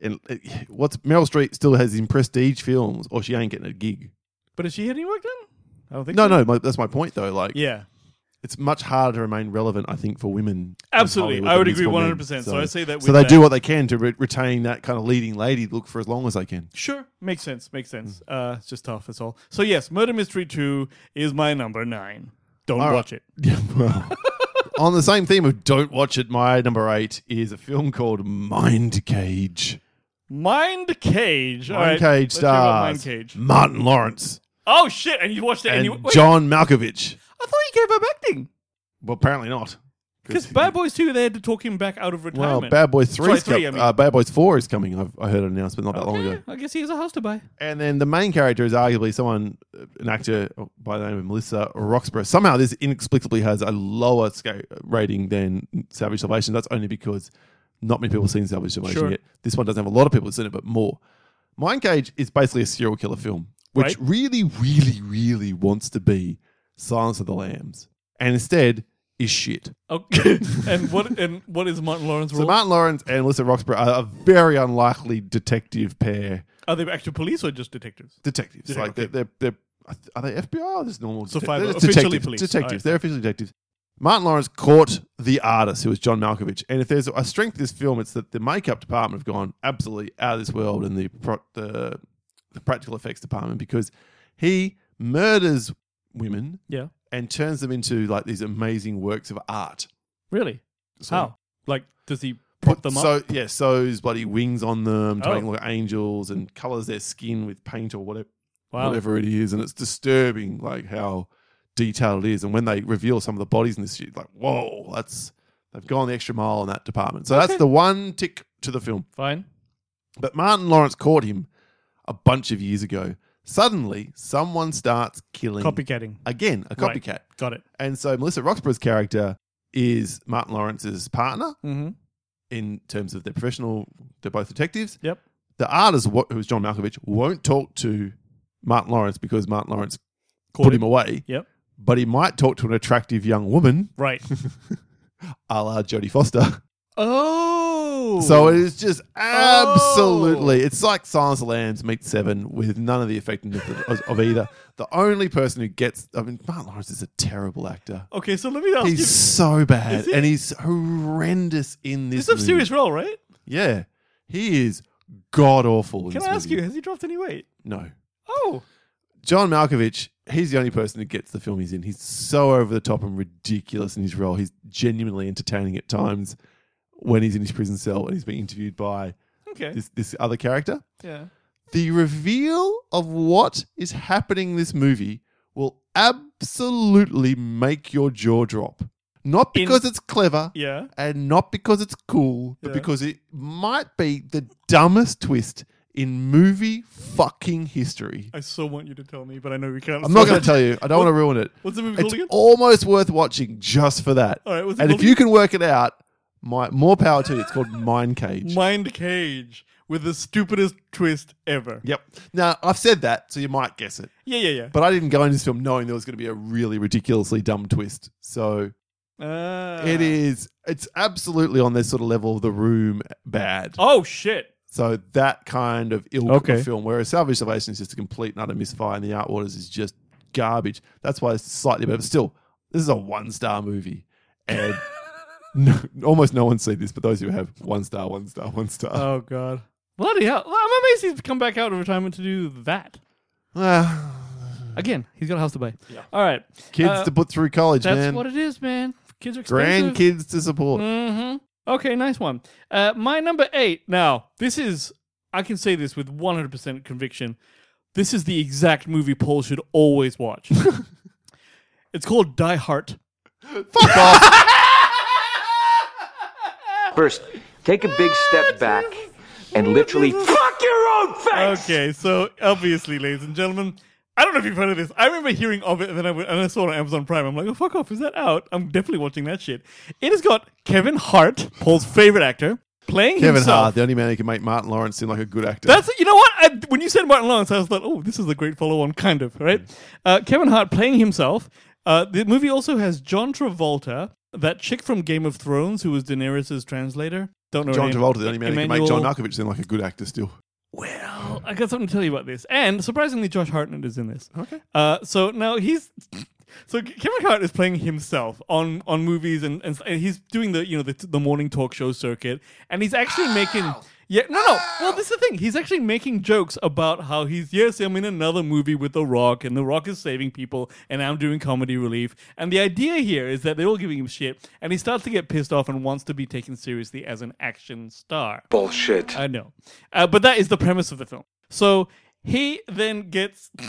Speaker 2: it, it- what's Meryl Streep still has in prestige films, or she ain't getting a gig.
Speaker 1: But has she had any work done? I don't think
Speaker 2: No,
Speaker 1: so.
Speaker 2: no, my, that's my point though. Like
Speaker 1: Yeah.
Speaker 2: it's much harder to remain relevant, I think, for women. in
Speaker 1: Absolutely.
Speaker 2: Hollywood
Speaker 1: I
Speaker 2: than
Speaker 1: would
Speaker 2: it is
Speaker 1: agree
Speaker 2: for men.
Speaker 1: 100%. So I say that
Speaker 2: So
Speaker 1: with
Speaker 2: they
Speaker 1: that.
Speaker 2: do what they can to re- retain that kind of leading lady look for as long as they can.
Speaker 1: Sure. Makes sense. Makes sense.
Speaker 2: Hmm.
Speaker 1: Uh, it's just tough, that's all. So, yes, Murder Mystery 2 is my number nine. Don't
Speaker 2: right.
Speaker 1: watch it.
Speaker 2: Yeah. Well. On the same theme of don't watch it, my number eight is a film called Mind Cage.
Speaker 1: Mind Cage. All
Speaker 2: Mind
Speaker 1: right,
Speaker 2: Cage
Speaker 1: let's hear about
Speaker 2: stars
Speaker 1: Mind Cage.
Speaker 2: Martin Lawrence
Speaker 1: Oh, shit. And you watched it
Speaker 2: and
Speaker 1: anyway. Wait,
Speaker 2: John Malkovich.
Speaker 1: I thought you gave up acting.
Speaker 2: Well, apparently not.
Speaker 1: Because Bad Boys 2, they had to talk him back out of
Speaker 2: well,
Speaker 1: retirement.
Speaker 2: Bad Boys three,
Speaker 1: Sorry,
Speaker 2: is com-
Speaker 1: three, I mean.
Speaker 2: uh, Bad Boys four is coming. I've, I heard an announcement not that long
Speaker 1: Yeah,
Speaker 2: ago.
Speaker 1: I guess he has a house to buy.
Speaker 2: And then the main character is arguably someone, uh, an actor by the name of Melissa Roxburgh. Somehow, this inexplicably has a lower sca- rating than Salvage Salvation. That's only because not many people have seen Salvage Salvation
Speaker 1: Sure.
Speaker 2: yet. This one doesn't have a lot of people who've seen it, but more. Mind Cage is basically a serial killer film,
Speaker 1: Right.
Speaker 2: which really, really, really wants to be Silence of the Lambs, and instead is shit.
Speaker 1: Okay. and what and what is Martin Lawrence
Speaker 2: So
Speaker 1: role?
Speaker 2: Martin Lawrence and Melissa Roxburgh are a very unlikely detective pair.
Speaker 1: Are they actual police or just detectives?
Speaker 2: Detectives,
Speaker 1: Yeah,
Speaker 2: like
Speaker 1: okay.
Speaker 2: they're, they're they're are they FBI or just normal?
Speaker 1: So
Speaker 2: detec-
Speaker 1: five-
Speaker 2: they're just
Speaker 1: officially
Speaker 2: detectives.
Speaker 1: police. Oh,
Speaker 2: Detectives.
Speaker 1: Alright.
Speaker 2: They're officially detectives. Martin Lawrence caught the artist, who was John Malkovich. And if there's a strength of this film, it's that the makeup department have gone absolutely out of this world, and the pro- the, the practical effects department because he murders women
Speaker 1: Yeah.
Speaker 2: and turns them into like these amazing works of art.
Speaker 1: Really?
Speaker 2: So-
Speaker 1: How? Like, does he prop them up?
Speaker 2: So yeah, sews bloody wings on them, to
Speaker 1: Oh.
Speaker 2: make them look like angels, and colors their skin with paint or whatever,
Speaker 1: wow.
Speaker 2: whatever it is. And it's disturbing, like how detailed it is. And when they reveal some of the bodies in this, you're like, whoa, that's they've gone the extra mile in that department. So
Speaker 1: Okay.
Speaker 2: that's the one tick to the film.
Speaker 1: Fine.
Speaker 2: But Martin Lawrence caught him a bunch of years ago. Suddenly, someone starts killing
Speaker 1: Copycatting.
Speaker 2: again, a
Speaker 1: Right.
Speaker 2: copycat.
Speaker 1: Got it.
Speaker 2: And so Melissa Roxburgh's character is Martin Lawrence's partner
Speaker 1: Mm-hmm.
Speaker 2: in terms of their professional, they're both detectives.
Speaker 1: Yep.
Speaker 2: The artist, wa- who's John Malkovich, won't talk to Martin Lawrence because Martin Lawrence
Speaker 1: Caught
Speaker 2: put
Speaker 1: it.
Speaker 2: him away,
Speaker 1: Yep.
Speaker 2: but he might talk to an attractive young woman,
Speaker 1: Right.
Speaker 2: a la Jodie Foster.
Speaker 1: oh.
Speaker 2: So it is just absolutely, it's like Silence of the Lambs meets Seven with none of the effectiveness of, of either. The only person who gets, I mean, Martin Lawrence is a terrible actor.
Speaker 1: Okay, so let me ask
Speaker 2: He's
Speaker 1: you.
Speaker 2: so bad,
Speaker 1: Is he?
Speaker 2: and he's horrendous in this.
Speaker 1: This is a
Speaker 2: movie.
Speaker 1: serious role, right?
Speaker 2: Yeah, he is god awful. in
Speaker 1: Can
Speaker 2: this
Speaker 1: I ask
Speaker 2: movie.
Speaker 1: you, has he dropped any weight?
Speaker 2: No,
Speaker 1: Oh.
Speaker 2: John Malkovich. He's the only person that gets the film he's in. He's so over the top and ridiculous in his role. He's genuinely entertaining at times when he's in his prison cell and he's being interviewed by
Speaker 1: Okay.
Speaker 2: this this other character.
Speaker 1: yeah.
Speaker 2: The reveal of what is happening in this movie will absolutely make your jaw drop. Not
Speaker 1: In-
Speaker 2: because it's clever,
Speaker 1: Yeah.
Speaker 2: and not because it's cool, but
Speaker 1: Yeah.
Speaker 2: because it might be the dumbest twist in movie fucking history.
Speaker 1: I so want you to tell me, but I know we can't.
Speaker 2: I'm not going to tell you. I don't want to ruin it.
Speaker 1: What's the movie called
Speaker 2: It's
Speaker 1: again?
Speaker 2: almost worth watching just for that.
Speaker 1: All right, what's it
Speaker 2: and if
Speaker 1: called
Speaker 2: you can work it out, my, more power to you. It's called Mind Cage.
Speaker 1: Mind Cage with the stupidest twist ever.
Speaker 2: yep. Now, I've said that, so you might guess it.
Speaker 1: Yeah, yeah,
Speaker 2: But I didn't go into this film knowing there was going to be a really ridiculously dumb twist. So
Speaker 1: yeah. Uh,
Speaker 2: it is, it's absolutely on this sort of level of the room bad.
Speaker 1: Oh, shit.
Speaker 2: So that kind of ilk
Speaker 1: Okay.
Speaker 2: of film, whereas Salvage Salvation is just a complete and utter misfire, and The Art Waters is just garbage. That's why it's slightly better. But still, this is a one star movie, and No, almost no one's seen this, but those who have, one star, one star, one star.
Speaker 1: Oh god. Bloody hell! Well, I'm amazed he's come back out of retirement to do that
Speaker 2: Ah,
Speaker 1: again. He's got a house to buy. All right,
Speaker 2: kids
Speaker 1: Uh,
Speaker 2: to put through college,
Speaker 1: that's
Speaker 2: man.
Speaker 1: what it is, man. Kids are expensive.
Speaker 2: Grandkids to support.
Speaker 1: Mm-hmm. Okay, nice one. Uh, my number eight. Now, this is I can say this with 100% conviction. This is the exact movie Paul should always watch. it's called Die Hard.
Speaker 2: Fuck off.
Speaker 3: First, take a big step back and literally fuck your own face.
Speaker 1: Okay, so obviously, ladies and gentlemen, I don't know if you've heard of this. I remember hearing of it, and then I, went, and I saw it on Amazon Prime. I'm like, oh, fuck off, is that out? I'm definitely watching that shit. It has got Kevin Hart, Paul's favorite actor, playing
Speaker 2: Kevin
Speaker 1: himself.
Speaker 2: Hart, the only man who can make Martin Lawrence seem like a good actor.
Speaker 1: That's you know what? I, when you said Martin Lawrence, I was like, oh, this is a great follow-on, kind of, right?
Speaker 2: Mm.
Speaker 1: Uh, Kevin Hart playing himself. Uh, the movie also has John Travolta, that chick from Game of Thrones who was Daenerys' translator. Don't know her
Speaker 2: John
Speaker 1: name.
Speaker 2: Travolta, the only man who can
Speaker 1: Emmanuel-
Speaker 2: make John Narkovich seem like a good actor still.
Speaker 1: Well, I got something to tell you about this, and surprisingly, Josh Hartnett is in this. Okay. Uh, so now he's. So Kevin Hart is playing himself on, on movies and, and and he's doing the you know the, the morning talk show circuit and he's actually making yeah no no well this is the thing he's actually making jokes about how he's yes I'm in another movie with The Rock and The Rock is saving people and I'm doing comedy relief and the idea here is that they're all giving him shit and he starts to get pissed off and wants to be taken seriously as an action star
Speaker 3: Bullshit.
Speaker 1: I know. Uh, but that is the premise of the film. So he then gets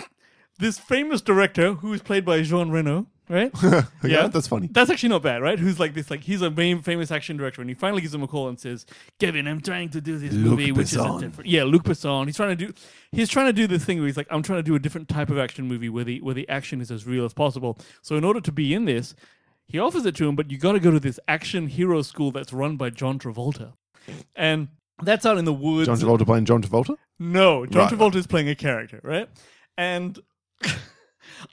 Speaker 1: this famous director who is played by Jean Reno, right?
Speaker 2: Okay, That's funny.
Speaker 1: That's actually not bad, right? Who's like this, like he's a main famous action director, and he finally gives him a call and says, "Kevin, I'm trying to do this
Speaker 2: Luc
Speaker 1: movie, which
Speaker 2: Besson.
Speaker 1: is a different." Yeah, Luc Besson. He's trying to do, he's trying to do this thing where he's like, "I'm trying to do a different type of action movie where the where the action is as real as possible." So in order to be in this, he offers it to him, but you got to go to this action hero school that's run by John Travolta, and that's out in the woods.
Speaker 2: John Travolta playing John Travolta?
Speaker 1: No, John
Speaker 2: Right.
Speaker 1: Travolta is playing a character, right? And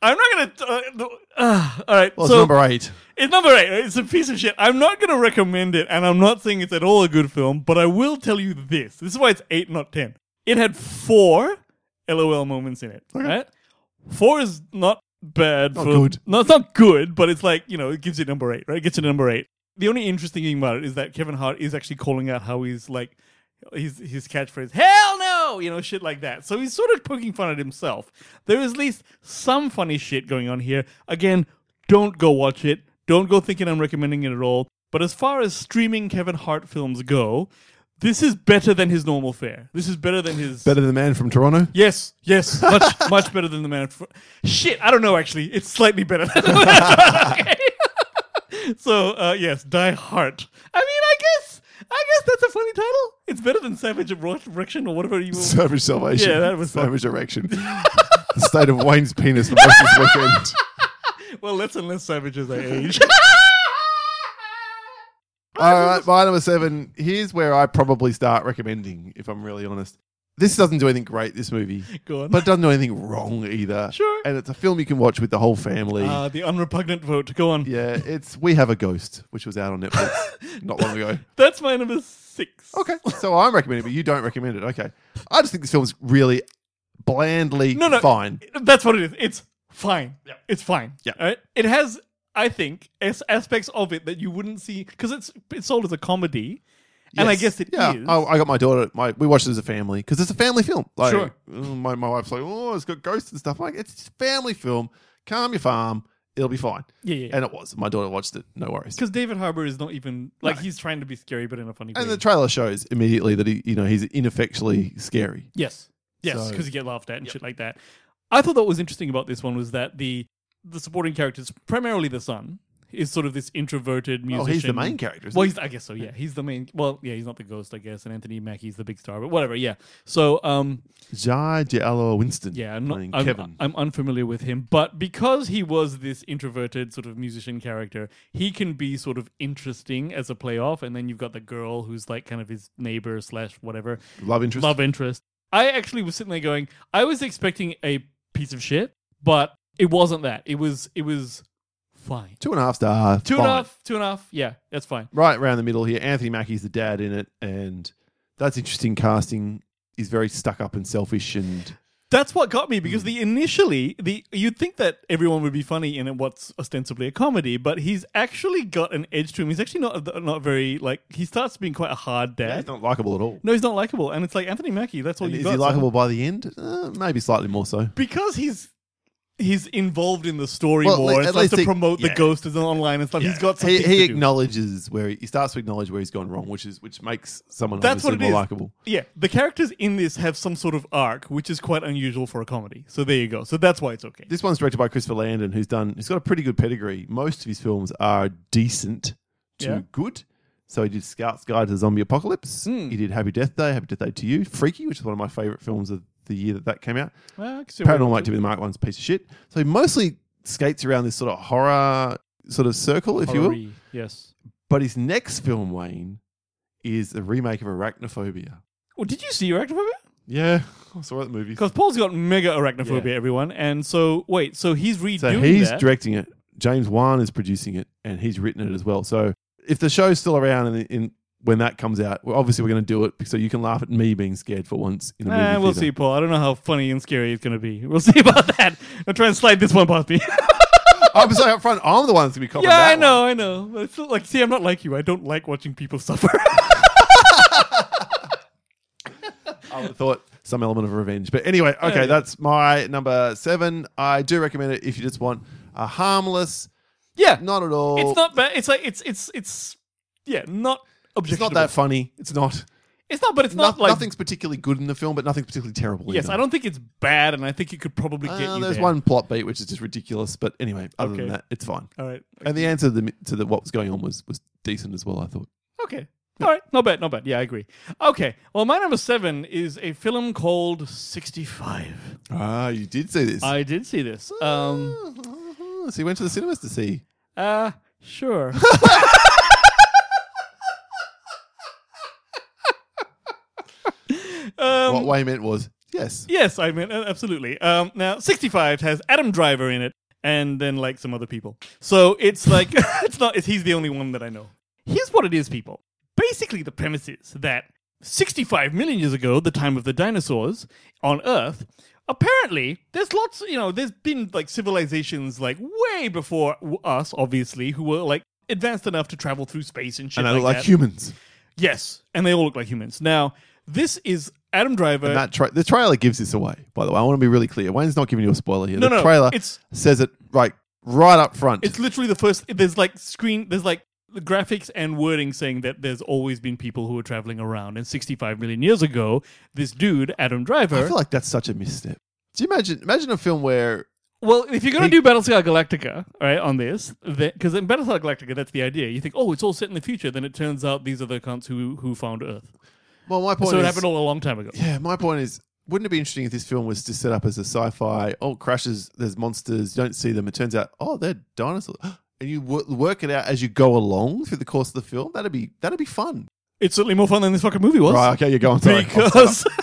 Speaker 1: I'm not gonna. Uh, no- ah, all right,
Speaker 2: Well,
Speaker 1: so
Speaker 2: Oh, it's number eight.
Speaker 1: it's number eight. It's a piece of shit. I'm not gonna recommend it, and I'm not saying it's at all a good film. But I will tell you this: this is why it's eight, not ten. It had four LOL moments in it. Right? Four is not bad.
Speaker 2: Not
Speaker 1: for,
Speaker 2: good.
Speaker 1: No, it's not good, but it's like you know, it gives it number eight. Right? It gets it number eight. The only interesting thing about it is that Kevin Hart is actually calling out how he's like his his catchphrase "Hell no!" you know shit like that. So he's sort of poking fun at himself. There is at least some funny shit going on here. Again, don't go watch it. Don't go thinking I'm recommending it at all. But as far as streaming Kevin Hart films go, this is better than his normal fare. This is better than his
Speaker 2: Better than the man from Toronto?
Speaker 1: Yes, yes, much much better than the man. Fr- Shit, I don't know. Actually, it's slightly better than the man. okay. so uh, yes, Die Hard. I mean, I guess I guess that's a funny title. It's better than Savage Erection or whatever you.
Speaker 2: Savage Salvation.
Speaker 1: Yeah, that was fun.
Speaker 2: Savage Erection. the state of Wayne's penis from last this weekend.
Speaker 1: well, less and less savage as I age.
Speaker 2: All right, my number seven. Here's where I probably start recommending, if I'm really honest. This doesn't do anything great, this movie.
Speaker 1: Go on.
Speaker 2: But it doesn't do anything wrong either.
Speaker 1: Sure.
Speaker 2: And it's a film you can watch with the whole family.
Speaker 1: uh, the unrepugnant vote. Go on.
Speaker 2: yeah, it's We Have a Ghost, which was out on Netflix not long ago.
Speaker 1: That's my number six.
Speaker 2: Okay. So I'm recommending it, but you don't recommend it. Okay. I just think this film's really blandly
Speaker 1: No, no.
Speaker 2: fine.
Speaker 1: That's what it is. It's fine. It's fine.
Speaker 2: Yeah.
Speaker 1: All right. It has, I think, as aspects of it that you wouldn't see because it's it's sold as a comedy, and I
Speaker 2: Yes.
Speaker 1: guess it is.
Speaker 2: yeah. Oh, I, I got my daughter. My we watched it as a family because it's a family film. Like, uh,
Speaker 1: Sure.
Speaker 2: My my wife's like, oh, it's got ghosts and stuff. I'm like it's just a family film. Calm your farm. It'll be fine.
Speaker 1: Yeah, yeah.
Speaker 2: And it was. My daughter watched it. No worries.
Speaker 1: Because David Harbour is not even like he's trying to be scary, but in a funny way.
Speaker 2: And the trailer shows immediately that he, you know, he's ineffectually scary.
Speaker 1: yes, yes,
Speaker 2: So-
Speaker 1: because you get laughed at and shit like that. I thought that was interesting about this one was that the the supporting characters, primarily the son, is sort of this introverted
Speaker 2: Oh,
Speaker 1: musician.
Speaker 2: he's the main character. Isn't
Speaker 1: Well,
Speaker 2: he?
Speaker 1: he's, I guess so. Yeah, he's the main. Well, yeah, he's not the ghost, I guess, and Anthony Mackie's the big star, but whatever. Yeah. So, um,
Speaker 2: Jai Giallo Winston.
Speaker 1: Yeah, I'm not.
Speaker 2: playing
Speaker 1: I'm,
Speaker 2: Kevin.
Speaker 1: I'm unfamiliar with him, but because he was this introverted sort of musician character, he can be sort of interesting as a playoff. And then you've got the girl who's like kind of his neighbor slash whatever
Speaker 2: Love interest.
Speaker 1: love interest. I actually was sitting there going, I was expecting a piece of shit, but it wasn't that. It was it was fine.
Speaker 2: Two and a half star.
Speaker 1: Two and
Speaker 2: fine.
Speaker 1: a half, two and a half. Yeah, that's fine.
Speaker 2: right around the middle here. Anthony Mackie's the dad in it, and that's interesting casting. He's very stuck up and selfish, and
Speaker 1: That's what got me
Speaker 2: Hmm.
Speaker 1: because the initially the you'd think that everyone would be funny in what's ostensibly a comedy, but he's actually got an edge to him. He's actually not uh, not very like he starts being quite a hard dad.
Speaker 2: He's not likable at all.
Speaker 1: no, he's not likable, and it's like Anthony Mackie. That's all you
Speaker 2: Is
Speaker 1: got.
Speaker 2: he
Speaker 1: son.
Speaker 2: likable by the end? Uh, maybe slightly more so.
Speaker 1: because he's he's involved in the story
Speaker 2: Well, at
Speaker 1: more
Speaker 2: le-
Speaker 1: and
Speaker 2: at
Speaker 1: starts
Speaker 2: least
Speaker 1: to
Speaker 2: he-
Speaker 1: promote the
Speaker 2: yeah.
Speaker 1: ghost as an online and stuff. He's got
Speaker 2: he,
Speaker 1: something
Speaker 2: he
Speaker 1: to do.
Speaker 2: acknowledges where he, he starts to acknowledge where he's gone wrong, which is which makes someone
Speaker 1: That's what it
Speaker 2: obviously
Speaker 1: is.
Speaker 2: more likable.
Speaker 1: Yeah, the characters in this have some sort of arc, which is quite unusual for a comedy. So there you go. So that's why it's okay.
Speaker 2: This one's directed by Christopher Landon, who's done. He's got a pretty good pedigree. Most of his films are decent to
Speaker 1: Yeah.
Speaker 2: good. So he did Scout's Guide to the Zombie Apocalypse.
Speaker 1: Hmm.
Speaker 2: He did Happy Death Day, Happy Death Day to You, Freaky, which is one of my favorite films of the year that that came out.
Speaker 1: Well, I can see why you
Speaker 2: Paranormal
Speaker 1: want to.
Speaker 2: Activity, the Mark One's a piece of shit. So he mostly skates around this sort of horror sort of circle, if you will.
Speaker 1: Horror-y, Yes.
Speaker 2: But his next film, Wayne, is a remake of Arachnophobia.
Speaker 1: Well, did you see Arachnophobia?
Speaker 2: Yeah, I saw that movie.
Speaker 1: Because Paul's got mega arachnophobia,
Speaker 2: Yeah.
Speaker 1: everyone. And so, wait, so he's redoing
Speaker 2: So he's
Speaker 1: that.
Speaker 2: directing it. James Wan is producing it, and he's written it as well. So if the show's still around and in when that comes out, well, obviously we're going to do it so you can laugh at me being scared for once in a movie.
Speaker 1: Eh, we'll see,
Speaker 2: theater.
Speaker 1: Paul. I don't know how funny and scary it's going to be. We'll see about that. I'll try and slide this one past me.
Speaker 2: Oh, I'm sorry up front. I'm the one that's going to be copping
Speaker 1: yeah,
Speaker 2: that
Speaker 1: I
Speaker 2: one.
Speaker 1: know, I know. But It's like, see, I'm not like you. I don't like watching people suffer.
Speaker 2: I would have thought some element of revenge. But anyway, okay,
Speaker 1: yeah.
Speaker 2: that's my number seven. I do recommend it if you just want a harmless,
Speaker 1: yeah,
Speaker 2: not at all.
Speaker 1: it's not bad. It's like it's it's it's yeah, not objectionable.
Speaker 2: It's not that funny. It's not.
Speaker 1: It's not, but it's not,
Speaker 2: noth-
Speaker 1: like
Speaker 2: nothing's particularly good in the film, but nothing's particularly terrible.
Speaker 1: yes.
Speaker 2: either.
Speaker 1: I don't think it's bad, and I think it could probably get
Speaker 2: Uh,
Speaker 1: you
Speaker 2: there's
Speaker 1: there.
Speaker 2: one plot beat which is just ridiculous, but anyway, other
Speaker 1: Okay.
Speaker 2: than that, it's fine.
Speaker 1: All right.
Speaker 2: And the answer to, the, to the, what was going on was was decent as well. I thought.
Speaker 1: Okay. All right. Not bad. Not bad. Yeah, I agree. Okay. Well, my number seven is a film called 65.
Speaker 2: Ah, you did see this.
Speaker 1: I did see this. Um,
Speaker 2: so you went to the cinemas to see.
Speaker 1: uh, sure. um,
Speaker 2: what Wayne meant was yes.
Speaker 1: Yes, I mean uh, absolutely. Um, now, 65 has Adam Driver in it, and then like some other people. So it's like it's not. It's, he's the only one that I know. Here's what it is, people. Basically, the premise is that 65 million years ago, the time of the dinosaurs on Earth. Apparently, there's lots, you know, there's been like civilizations like way before w- us, obviously, who were like advanced enough to travel through space and shit
Speaker 2: And I
Speaker 1: like,
Speaker 2: look like
Speaker 1: that.
Speaker 2: humans.
Speaker 1: yes, and they all look like humans. Now, this is Adam Driver.
Speaker 2: And that tra- the trailer gives this away. By the way, I want to be really clear. Wayne's not giving you a spoiler here.
Speaker 1: No,
Speaker 2: the
Speaker 1: no,
Speaker 2: trailer
Speaker 1: it's-
Speaker 2: says it right right up front.
Speaker 1: It's literally the first. There's like screen. There's like the graphics and wording saying that there's always been people who were traveling around. And 65 million years ago, this dude Adam Driver.
Speaker 2: I feel like that's such a misstep. Do you imagine? Imagine a film where
Speaker 1: well, if you're gonna
Speaker 2: He-
Speaker 1: do Battlestar Galactica, right, on this, because in Battlestar Galactica, that's the idea. You think, oh, it's all set in the future. Then it turns out these are the cunts who who found Earth.
Speaker 2: well, my point
Speaker 1: So it
Speaker 2: is,
Speaker 1: happened all a long time ago.
Speaker 2: Yeah, my point is, wouldn't it be interesting if this film was just set up as a sci-fi? Oh, crashes, there's monsters, you don't see them. It turns out, oh, they're dinosaurs, and you w- work it out as you go along through the course of the film. That'd be that'd be fun.
Speaker 1: It's certainly more fun than this fucking movie was.
Speaker 2: Right? Okay, you're going. Sorry.
Speaker 1: because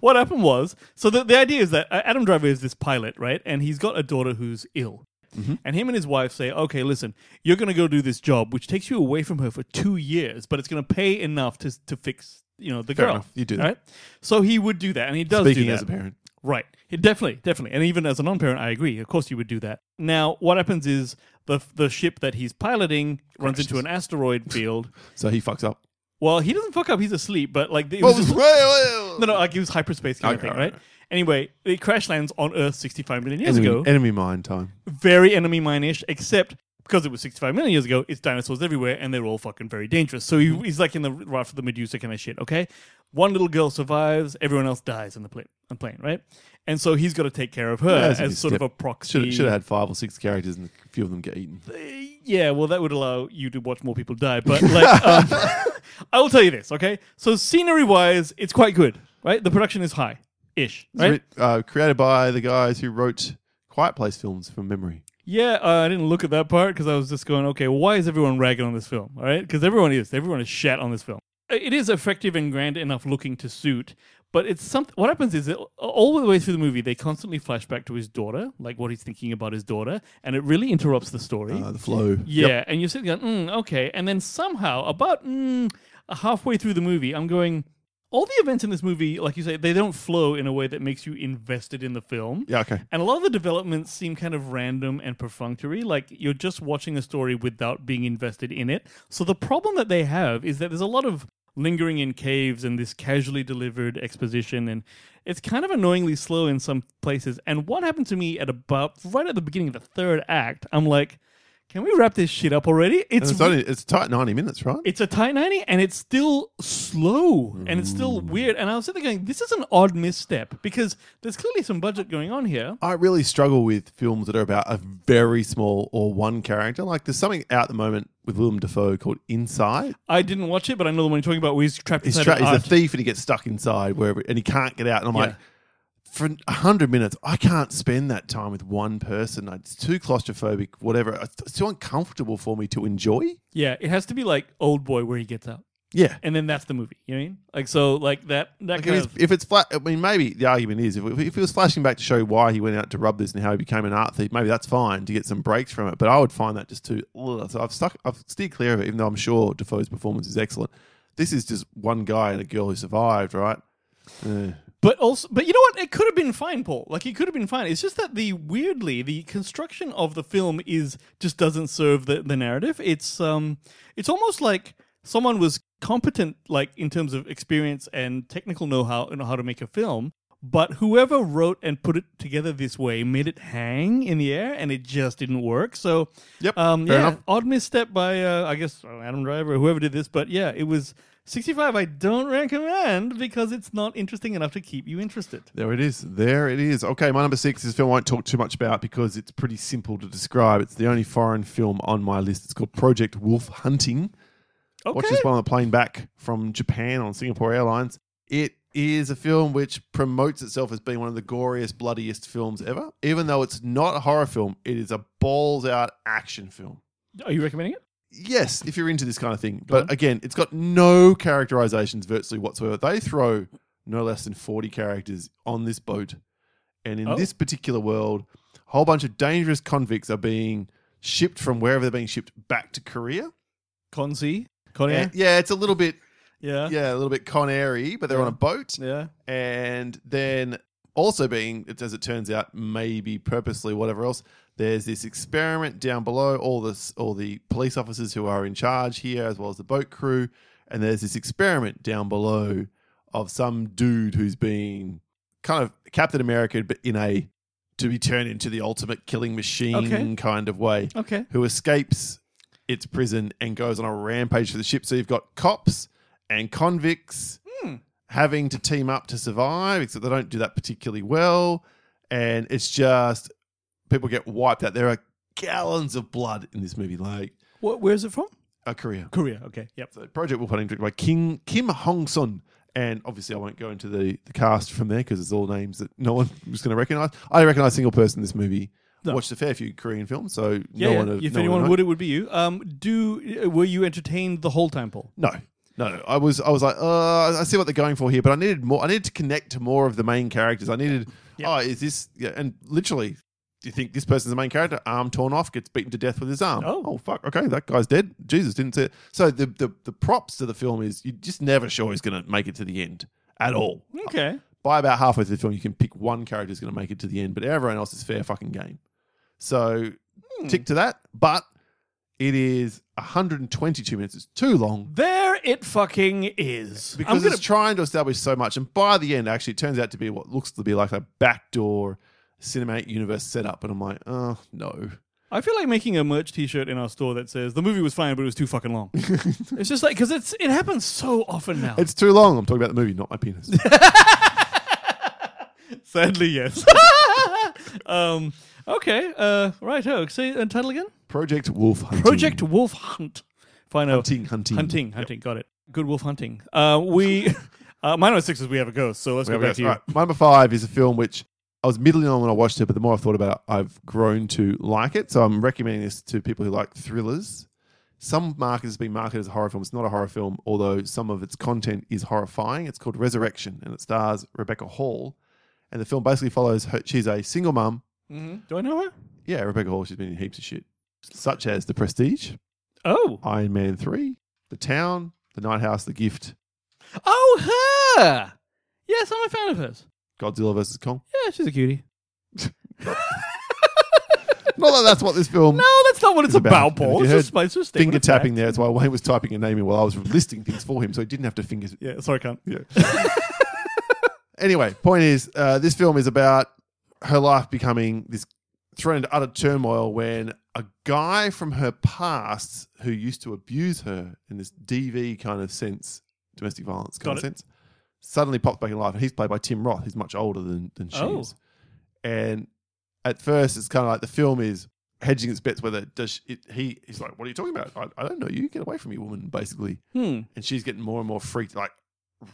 Speaker 1: what happened was so the, the idea is that uh, adam driver is this pilot right and he's got a daughter who's ill
Speaker 2: Mm-hmm.
Speaker 1: and him and his wife say okay listen you're going to go do this job which takes you away from her for two years but it's going to pay enough to, to fix you know the
Speaker 2: Fair
Speaker 1: girl
Speaker 2: enough. You do that.
Speaker 1: right so he would do that and he does do
Speaker 2: Speaking
Speaker 1: that
Speaker 2: as a parent,
Speaker 1: Right. Yeah, definitely, definitely. And even as a non-parent, I agree. Of course you would do that. Now, what happens is the the ship that he's piloting runs into an asteroid field.
Speaker 2: so he fucks up.
Speaker 1: well, he doesn't fuck up, he's asleep, but like it
Speaker 2: Well,
Speaker 1: was just-
Speaker 2: well,
Speaker 1: no, no, like it was hyperspace kind
Speaker 2: Okay,
Speaker 1: of thing,
Speaker 2: alright,
Speaker 1: right? Anyway, it crash lands on Earth 65 million years
Speaker 2: enemy,
Speaker 1: ago.
Speaker 2: enemy mine time.
Speaker 1: very enemy mine-ish, except because it was 65 million years ago, it's dinosaurs everywhere and they're all fucking very dangerous. So
Speaker 2: Mm-hmm.
Speaker 1: he, he's like in the Wrath of the Medusa kind of shit, okay? One little girl survives, everyone else dies on the plane, on plane right? And so he's got to take care of her
Speaker 2: That's a
Speaker 1: as
Speaker 2: good
Speaker 1: sort of a
Speaker 2: step.
Speaker 1: proxy. Eh,
Speaker 2: Should should have had five or six characters, and a few of them get eaten.
Speaker 1: yeah, well, that would allow you to watch more people die. But like, um, I will tell you this, okay? So scenery-wise, it's quite good, right? The production is high-ish,
Speaker 2: It's
Speaker 1: right?
Speaker 2: writ- Uh, created by the guys who wrote Quiet Place films from memory.
Speaker 1: Yeah, uh, I didn't look at that part because I was just going, okay, why is everyone ragging on this film? All right, because everyone is, everyone is shat on this film. I- It is effective and grand enough looking to suit, but it's something. What happens is that all the way through the movie, they constantly flash back to his daughter, like what he's thinking about his daughter, and it really interrupts the story.
Speaker 2: Uh, the flow.
Speaker 1: yeah, and you're sitting there, mm, okay, and then somehow about mm, halfway through the movie, I'm going. all the events in this movie, like you say, they don't flow in a way that makes you invested in the film.
Speaker 2: Yeah, okay.
Speaker 1: And a lot of the developments seem kind of random and perfunctory. Like you're just watching a story without being invested in it. So the problem that they have is that there's a lot of lingering in caves and this casually delivered exposition and it's kind of annoyingly slow in some places. And what happened to me at about right at the beginning of the third act, I'm like, can we wrap this shit up already?
Speaker 2: And
Speaker 1: It's
Speaker 2: it's only it's tight ninety minutes, right?
Speaker 1: it's a tight 90 and it's still slow and it's still
Speaker 2: Mm.
Speaker 1: weird. And I was sitting there going, this is an odd misstep because there's clearly some budget going on here.
Speaker 2: I really struggle with films that are about a very small or one character. Like there's something out at the moment with Willem Dafoe called Inside.
Speaker 1: I didn't watch it, but I know the one you're talking about where he's trapped
Speaker 2: He's,
Speaker 1: inside
Speaker 2: tra-
Speaker 1: an
Speaker 2: he's a
Speaker 1: arch.
Speaker 2: thief and he gets stuck inside wherever, and he can't get out. And I'm
Speaker 1: Yeah.
Speaker 2: like, for a hundred minutes, I can't spend that time with one person. It's too claustrophobic. Whatever. It's it's too uncomfortable for me to enjoy.
Speaker 1: Yeah, it has to be like Old Boy where he gets out.
Speaker 2: Yeah.
Speaker 1: And then that's the movie. You know what I mean? Like, so, like that, that
Speaker 2: Like,
Speaker 1: kind
Speaker 2: if,
Speaker 1: of.
Speaker 2: it's, if it's flat, I mean, maybe the argument is if, if he was flashing back to show why he went out to rub this and how he became an art thief, maybe that's fine to get some breaks from it. But I would find that just too. Ugh. So I've stuck, I've steered clear of it, even though I'm sure Defoe's performance is excellent. This is just one guy and a girl who survived, right?
Speaker 1: But also, but you know what? It could have been fine, Paul. Like it could have been fine. It's just that the weirdly the construction of the film is just doesn't serve the, the narrative. It's um, it's almost like someone was competent, like in terms of experience and technical know-how and how to make a film. But whoever wrote and put it together this way made it hang in the air, and it just didn't work. So,
Speaker 2: Yep,
Speaker 1: um,
Speaker 2: fair
Speaker 1: yeah,
Speaker 2: enough.
Speaker 1: odd misstep by uh, I guess uh, Adam Driver, or whoever did this, but yeah, it was 65. I don't recommend because it's not interesting enough to keep you interested.
Speaker 2: There it is. There it is. Okay, my number six is a film I won't talk too much about because it's pretty simple to describe. It's the only foreign film on my list. It's called Project Wolf Hunting.
Speaker 1: Okay,
Speaker 2: Watched this one on the plane back from Japan on Singapore Airlines. It is a film which promotes itself as being one of the goriest, bloodiest films ever. Even though it's not a horror film, it is a balls out action film.
Speaker 1: are you recommending it?
Speaker 2: Yes, if you're into this kind of thing. But again, it's got no characterizations virtually whatsoever. They throw no less than 40 characters on this boat. And in
Speaker 1: Oh.
Speaker 2: this particular world, a whole bunch of dangerous convicts are being shipped from wherever they're being shipped back to Korea.
Speaker 1: Conzi,
Speaker 2: And-
Speaker 1: Conair,
Speaker 2: yeah, it's a little bit
Speaker 1: yeah, yeah,
Speaker 2: yeah, a little bit Con Airy, but they're on a boat.
Speaker 1: yeah.
Speaker 2: And then also being, it's as it turns out, maybe purposely, whatever else, there's this experiment down below, all this all the police officers who are in charge here, as well as the boat crew, and there's this experiment down below of some dude who's been kind of Captain America but in a to be turned into the ultimate killing machine
Speaker 1: Okay.
Speaker 2: kind of way
Speaker 1: Okay,
Speaker 2: who escapes its prison and goes on a rampage for the ship. So you've got cops and convicts having to team up to survive, except they don't do that particularly well. And it's just people get wiped out. There are gallons of blood in this movie, like
Speaker 1: what, where is it from?
Speaker 2: a career.
Speaker 1: Korea. Okay, yep.
Speaker 2: So Project Wolf Hunting directed by King Kim Hong Sun. And obviously, I won't go into the, the cast from there because it's all names that no one is going to recognize. I recognize a single person in this movie.
Speaker 1: No.
Speaker 2: Watched a fair few Korean films, so
Speaker 1: Yeah,
Speaker 2: no
Speaker 1: yeah. if
Speaker 2: one. no one
Speaker 1: anyone
Speaker 2: knows.
Speaker 1: would, it would be you. Um, do were you entertained the whole time, Paul?
Speaker 2: No, no, no. I was, I was like, uh, I see what they're going for here, but I needed more. I needed to connect to more of the main characters. I needed,
Speaker 1: Yeah.
Speaker 2: oh, is this? Yeah, and literally, do you think this person's the main character? Arm torn off, gets beaten to death with his arm.
Speaker 1: Oh.
Speaker 2: fuck. Okay, that guy's dead. Jesus didn't see it. So the the, the props to the film is you're just never sure he's going to make it to the end at all.
Speaker 1: Okay,
Speaker 2: By about halfway through the film, you can pick one character who's going to make it to the end, but everyone else is fair fucking game. So
Speaker 1: Hmm.
Speaker 2: tick to that, but. It is 122 minutes. It's too long.
Speaker 1: there it fucking is.
Speaker 2: Because
Speaker 1: I'm gonna
Speaker 2: it's trying to establish so much, and by the end, actually, it turns out to be what looks to be like a backdoor cinematic universe setup. And I'm like, oh no,
Speaker 1: I feel like making a merch T-shirt in our store that says the movie was fine, but it was too fucking long. it's just like because it's it happens so often now.
Speaker 2: it's too long. I'm talking about the movie, not my penis.
Speaker 1: Sadly, yes. um, okay, uh, right. Oh, say uh, title again.
Speaker 2: Project Wolf Hunting.
Speaker 1: Project Wolf Hunt. Fine. oh,
Speaker 2: Hunting, hunting.
Speaker 1: hunting, hunting. Got it. Good Wolf Hunting. Uh, we. Uh, my number six is We Have a Ghost. So let's
Speaker 2: Okay,
Speaker 1: go back to
Speaker 2: okay,
Speaker 1: you.
Speaker 2: all right. My Number five is a film which I was middling on when I watched it, but the more I've thought about it, I've grown to like it. So I'm recommending this to people who like thrillers. Some market has been marketed as a horror film. It's not a horror film, although some of its content is horrifying. It's called Resurrection, and it stars Rebecca Hall. And the film basically follows her. She's a single mum.
Speaker 1: Mm-hmm. Do I know her?
Speaker 2: Yeah, Rebecca Hall. She's been in heaps of shit, such as The Prestige,
Speaker 1: Oh,
Speaker 2: Iron Man 3, The Town, The Night House, The Gift,
Speaker 1: Oh, her! Yes, I'm a fan of hers.
Speaker 2: Godzilla versus Kong.
Speaker 1: Yeah, she's a cutie.
Speaker 2: Not that that's what this film.
Speaker 1: No, that's not what it's,
Speaker 2: It's about-
Speaker 1: about, Paul.
Speaker 2: you
Speaker 1: It's
Speaker 2: heard
Speaker 1: just, it's just a
Speaker 2: Finger
Speaker 1: statement of
Speaker 2: tapping there. That's why Wayne was typing a name in while I was listing things for him, so he didn't have to finger.
Speaker 1: fact. Yeah, sorry, can't.
Speaker 2: Yeah. anyway, point is, uh, this film is about her life becoming this thrown into utter turmoil when a guy from her past who used to abuse her in this DV kind of sense, domestic violence kind
Speaker 1: Got
Speaker 2: of
Speaker 1: it.
Speaker 2: sense, suddenly pops back in life. And he's played by Tim Roth, who's much older than, than she
Speaker 1: Oh.
Speaker 2: is. And at first, it's kind of like the film is hedging its bets whether does she, it, he he's like, "What are you talking about? I, I don't know you. Get away from me, woman!" Basically,
Speaker 1: Hmm.
Speaker 2: and she's getting more and more freaked, like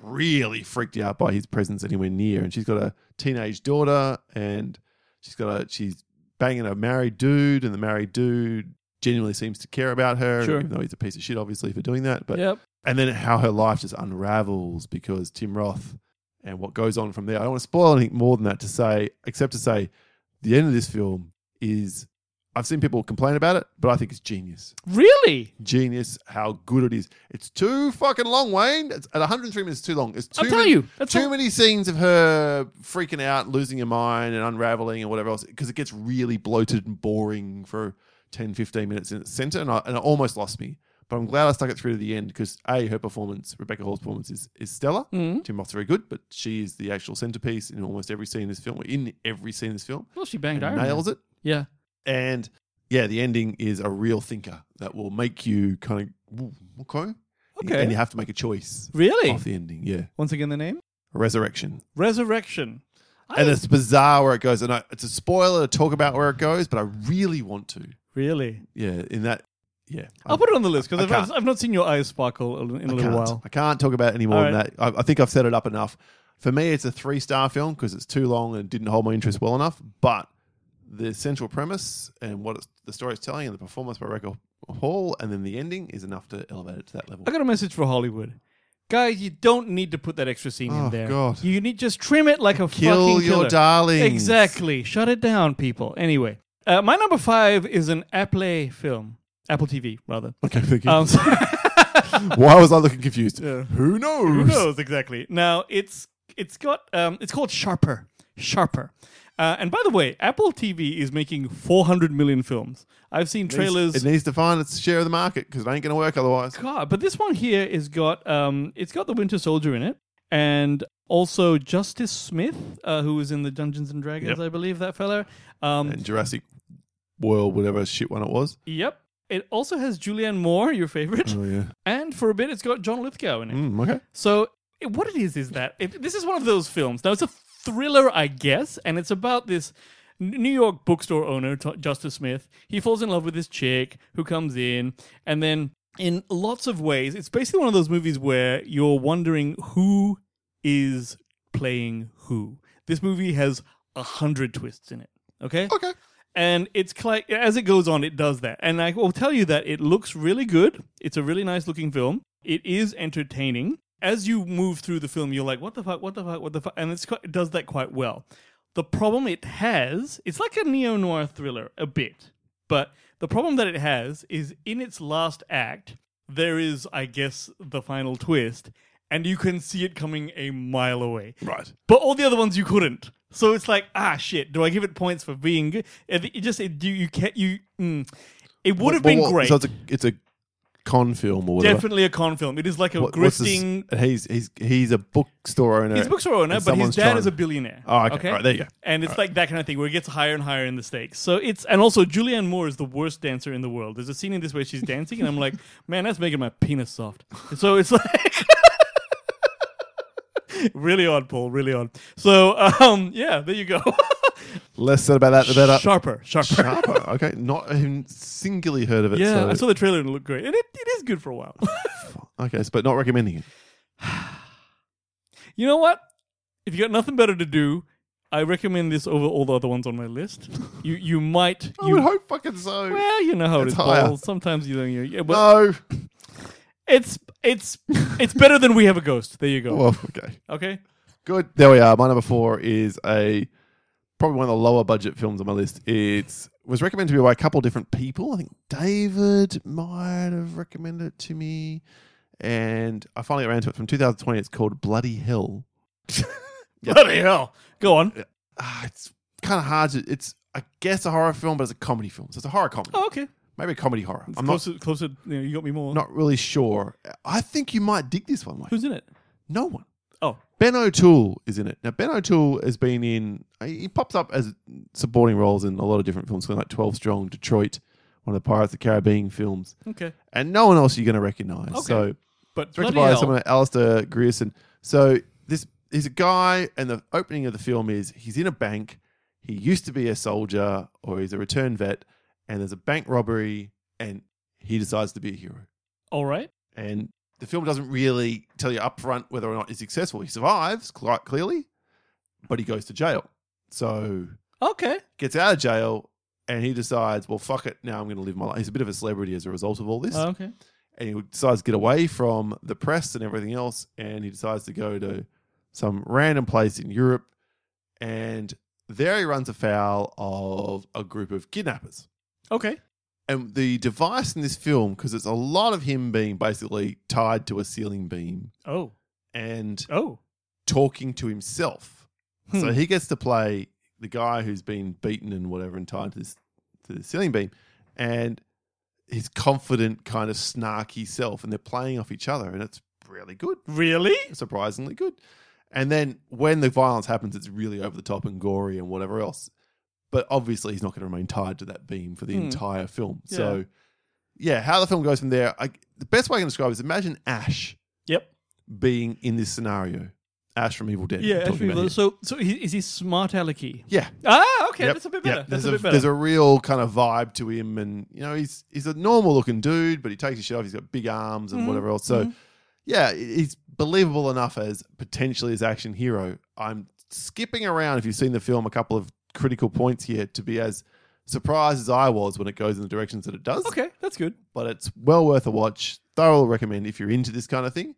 Speaker 2: really freaked out by his presence anywhere near. And she's got a teenage daughter, and she's got a she's banging a married dude, and the married dude genuinely seems to care about her,
Speaker 1: Sure.
Speaker 2: even though he's a piece of shit, obviously, for doing that. But
Speaker 1: Yep.
Speaker 2: and then how her life just unravels because Tim Roth and what goes on from there. I don't want to spoil anything more than that to say, except to say, the end of this film is. I've seen people complain about it, but I think it's genius
Speaker 1: Really?
Speaker 2: genius how good it is. It's too fucking long, Wayne. It's at 103 minutes too long. It's too
Speaker 1: I'm telling
Speaker 2: many,
Speaker 1: you, that's
Speaker 2: too
Speaker 1: all-
Speaker 2: many scenes of her freaking out, losing her mind and unraveling and whatever else because it gets really bloated and boring for 10 15 minutes in its center and I, and it almost lost me. But I'm glad I stuck it through to the end because A, her performance, Rebecca Hall's performance is, is stellar.
Speaker 1: Mm-hmm.
Speaker 2: Tim Roth's very good, but she is the actual centerpiece in almost every scene in this film, in every scene in this film.
Speaker 1: Well, she banged
Speaker 2: And
Speaker 1: Iron Man.
Speaker 2: nails it.
Speaker 1: Yeah.
Speaker 2: And yeah, the ending is a real thinker that will make you kind of "Ooh, okay.
Speaker 1: Okay.
Speaker 2: And you have to make a choice
Speaker 1: Really?
Speaker 2: off the ending. Yeah,
Speaker 1: Once again, the name?
Speaker 2: resurrection.
Speaker 1: Resurrection. I-
Speaker 2: And it's bizarre where it goes, and I, it's a spoiler to talk about where it goes, but I really want to.
Speaker 1: Really?
Speaker 2: Yeah, in that. Yeah,
Speaker 1: I'll put it on the list because
Speaker 2: I
Speaker 1: I've, I've,
Speaker 2: can't.
Speaker 1: I've not seen your eyes sparkle in a
Speaker 2: I
Speaker 1: little
Speaker 2: can't.
Speaker 1: while.
Speaker 2: I can't talk about it any more
Speaker 1: All
Speaker 2: than
Speaker 1: right.
Speaker 2: that. I, I think I've set it up enough. For me, it's a three star film because it's too long and didn't hold my interest well enough. But the central premise and what it's, the story is telling and the performance by Rebecca Hall and then the ending is enough to elevate it to that level.
Speaker 1: I got a message for Hollywood. Guys, you don't need to put that extra scene
Speaker 2: Oh,
Speaker 1: in there.
Speaker 2: God.
Speaker 1: You need just trim it like a
Speaker 2: Kill
Speaker 1: fucking
Speaker 2: your
Speaker 1: killer.
Speaker 2: darlings.
Speaker 1: Exactly. Shut it down, people. Anyway, uh, my number five is an Apple film, Apple TV rather.
Speaker 2: Okay, thank you.
Speaker 1: Um,
Speaker 2: Why was I looking confused?
Speaker 1: Yeah.
Speaker 2: Who knows?
Speaker 1: Who knows exactly? Now it's it's got um it's called Sharper. Sharper. Uh, and by the way, Apple TV is making 400 million films. I've seen trailers.
Speaker 2: It needs to find its share of the market because it ain't going to work otherwise.
Speaker 1: God, but this one here is got um, it's got the Winter Soldier in it, and also Justice Smith, uh, who was in the Dungeons and Dragons,
Speaker 2: Yep.
Speaker 1: I believe that fella. Um,
Speaker 2: And Jurassic World, whatever shit one it was.
Speaker 1: yep. It also has Julianne Moore, your favorite,
Speaker 2: Oh yeah.
Speaker 1: and for a bit it's got John Lithgow in it.
Speaker 2: Mm, okay.
Speaker 1: So it- what it is is that it, this is one of those films. Now it's a thriller, I guess, and it's about this N- New York bookstore owner, T- Justice Smith. He falls in love with this chick who comes in, and then in lots of ways, it's basically one of those movies where you're wondering who is playing who. This movie has a hundred twists in it. Okay.
Speaker 2: Okay.
Speaker 1: And it's cli as it goes on, it does that. And I will tell you that it looks really good. It's a really nice looking film. It is entertaining. As you move through the film, you're like, what the fuck, what the fuck, what the fuck? And it's, quite- it does that quite well. The problem it has, it's like a neo noir thriller, a bit. But the problem that it has is in its last act, there is, I guess, the final twist, and you can see it coming a mile away.
Speaker 2: Right.
Speaker 1: But all the other ones you couldn't. So it's like, ah, shit. Do I give it points for being good? It it just it, you you can't you. Mm, it would have
Speaker 2: Well,
Speaker 1: been
Speaker 2: well,
Speaker 1: great.
Speaker 2: So it's a it's a con film or whatever.
Speaker 1: Definitely a con film. It is like a
Speaker 2: What- what's this-
Speaker 1: grifting.
Speaker 2: He's he's he's a bookstore owner.
Speaker 1: He's a bookstore owner,
Speaker 2: and
Speaker 1: but his
Speaker 2: someone's
Speaker 1: dad
Speaker 2: trying-
Speaker 1: is a billionaire.
Speaker 2: Oh, okay. All right, there you go.
Speaker 1: And it's like that kind of thing where it gets higher and higher in the stakes. So it's and also Julianne Moore is the worst dancer in the world. There's a scene in this where she's dancing, and I'm like, man, that's making my penis soft. So it's like. Really odd, Paul. Really odd. So, um, yeah, there you go.
Speaker 2: Less said about that, the better.
Speaker 1: Sharper, sharper.
Speaker 2: Sharper. Okay. Not even singularly heard of it.
Speaker 1: Yeah,
Speaker 2: so-
Speaker 1: I saw the trailer and it looked great, and it, it is good for a while.
Speaker 2: Okay, so- but not recommending it.
Speaker 1: you know what? If you got nothing better to do, I recommend this over all the other ones on my list. You you might
Speaker 2: I
Speaker 1: you
Speaker 2: would hope fucking so.
Speaker 1: well you know how it
Speaker 2: It's
Speaker 1: is,
Speaker 2: higher.
Speaker 1: Paul. Sometimes you don't. You, yeah, but
Speaker 2: no.
Speaker 1: it's it's it's better than we have a ghost. There you go.
Speaker 2: Well, okay.
Speaker 1: okay.
Speaker 2: Good. There we are. My number four is a probably one of the lower budget films on my list. It was recommended to me by a couple different people. I think David might have recommended it to me. and I finally got around to it from 2020. It's called Bloody Hell. Yeah.
Speaker 1: Bloody hell. Go on.
Speaker 2: Ah, it's kind of hard to. It's I guess a horror film, but it's a comedy film. So it's a horror comedy,
Speaker 1: Oh, okay.
Speaker 2: maybe a comedy horror. I'm not
Speaker 1: closer, closer. You, know, you got me more.
Speaker 2: not really sure. I think you might dig this one. Mate.
Speaker 1: Who's in it?
Speaker 2: no one?
Speaker 1: Oh,
Speaker 2: Ben O'Toole is in it. Now, Ben O'Toole has been in, uh, he pops up as supporting roles in a lot of different films, something like 12 Strong, Detroit, one of the Pirates of the Caribbean films,
Speaker 1: okay.
Speaker 2: and no one else you're going to recognize.
Speaker 1: Mm. Okay.
Speaker 2: So,
Speaker 1: But bloody
Speaker 2: directed by
Speaker 1: hell.
Speaker 2: someone, Alistair Grierson. So, this he's a guy, and the opening of the film is he's in a bank. He used to be a soldier or he's a returned vet, and there's a bank robbery, and he decides to be a hero
Speaker 1: All right.
Speaker 2: and the film doesn't really tell you upfront whether or not he's successful. He survives quite clearly, but he goes to jail. So
Speaker 1: Okay.
Speaker 2: gets out of jail and he decides, well, fuck it, now I'm going to live my life. He's a bit of a celebrity as a result of all this,
Speaker 1: Oh, okay.
Speaker 2: and he decides to get away from the press and everything else, and he decides to go to some random place in Europe, and there he runs afoul of a group of kidnappers
Speaker 1: Okay.
Speaker 2: and the device in this film because it's a lot of him being basically tied to a ceiling beam
Speaker 1: Oh.
Speaker 2: and
Speaker 1: Oh.
Speaker 2: talking to himself so
Speaker 1: Hmm.
Speaker 2: he gets to play the guy who's been beaten and whatever and tied to this to the ceiling beam and his confident kind of snarky self and they're playing off each other and it's really good
Speaker 1: Really?
Speaker 2: surprisingly good. And then when the violence happens, it's really over the top and gory and whatever else. But obviously, he's not going to remain tied to that beam for the
Speaker 1: Hmm.
Speaker 2: entire film.
Speaker 1: Yeah.
Speaker 2: So, yeah, how the film goes from there, I, the best way I can describe it is imagine Ash
Speaker 1: Yep.
Speaker 2: being in this scenario. Ash from Evil Dead.
Speaker 1: Yeah.
Speaker 2: we're talking
Speaker 1: actually,
Speaker 2: about here.
Speaker 1: so so he, is he smart alecky?
Speaker 2: yeah.
Speaker 1: Ah, okay.
Speaker 2: Yep,
Speaker 1: That's a bit
Speaker 2: yep.
Speaker 1: better. That's
Speaker 2: There's
Speaker 1: a, bit better.
Speaker 2: There's a real kind of vibe to him, and you know, he's he's a normal looking dude, but he takes his shit off. He's got big arms and
Speaker 1: Mhm,
Speaker 2: whatever else. So,
Speaker 1: mhm.
Speaker 2: yeah, he- he's believable enough as potentially as action hero. I'm skipping around if you've seen the film a couple of critical points here to be as surprised as I was when it goes in the directions that it does.
Speaker 1: okay. That's good.
Speaker 2: But it's well worth a watch. Thoroughly recommend if you're into this kind of thing.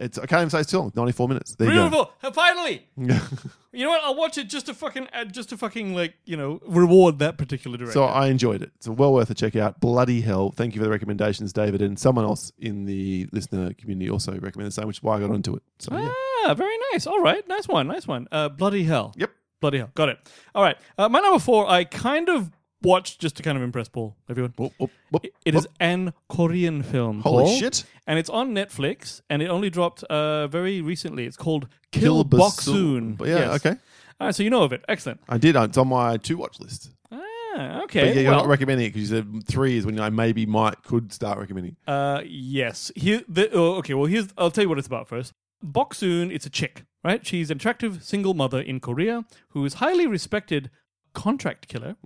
Speaker 2: It's I can't even say it's too long. 94 minutes. There
Speaker 1: Beautiful. Uh, Finally.
Speaker 2: you go.
Speaker 1: You know what? I'll watch it just to fucking uh, just to fucking like you know reward that particular director.
Speaker 2: So I enjoyed it. So well worth a check out. Bloody hell. Thank you for the recommendations, David. And someone else in the listener community also recommended the same, which is why I got onto it. So yeah.
Speaker 1: Ah, very nice. All right, nice one, nice one. Uh, bloody hell.
Speaker 2: Yep.
Speaker 1: Bloody hell. Got it. All right. Uh, my number four, I kind of watched just to kind of impress Paul. Everyone.
Speaker 2: Whoop, whoop, whoop,
Speaker 1: It
Speaker 2: whoop.
Speaker 1: is an Korean film.
Speaker 2: Holy
Speaker 1: Paul.
Speaker 2: shit.
Speaker 1: And it's on Netflix, and it only dropped uh, very recently. It's called Kill,
Speaker 2: Kill
Speaker 1: Boksoon. Bok
Speaker 2: Boksoon.
Speaker 1: Soon.
Speaker 2: But yeah, okay.
Speaker 1: All right, so you know of it. Excellent.
Speaker 2: I did. It's on my two watch list.
Speaker 1: Ah,
Speaker 2: But
Speaker 1: okay.
Speaker 2: yeah, you're
Speaker 1: well,
Speaker 2: not recommending it because you said three is when I maybe might could start recommending.
Speaker 1: Uh, yes. Here, the, oh, okay. Well, here's. I'll tell you what it's about first. Boksoon. It's a chick, right? She's an attractive single mother in Korea who is highly respected contract killer,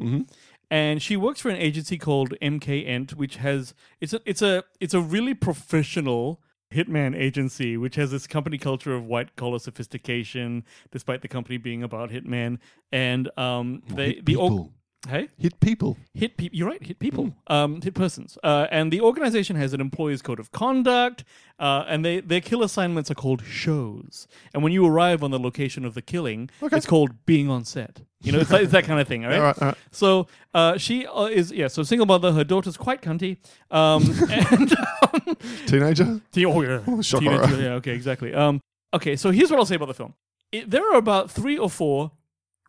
Speaker 1: and she works for an agency called MK Ent, which has it's a it's a it's a really professional hitman agency which has this company culture of white collar sophistication despite the company being about hitman and um they the org-
Speaker 2: people.
Speaker 1: hey
Speaker 2: Hit people.
Speaker 1: hit people. You're right, hit people, um, hit persons. Uh, and the organization has an employee's code of conduct, uh, and they, their kill assignments are called shows. And when you arrive on the location of the killing, it's called being on set. You know, it's, like, it's that kind of thing. All right.
Speaker 2: All right, all right.
Speaker 1: So uh, she uh, is yeah. So single mother. Her daughter's quite cunty. Um, and um,
Speaker 2: Teenager?
Speaker 1: Teen- oh, yeah.
Speaker 2: shock
Speaker 1: Teenage-
Speaker 2: horror.
Speaker 1: yeah, okay, exactly. Um, okay, so here's what I'll say about the film. It, there are about three or four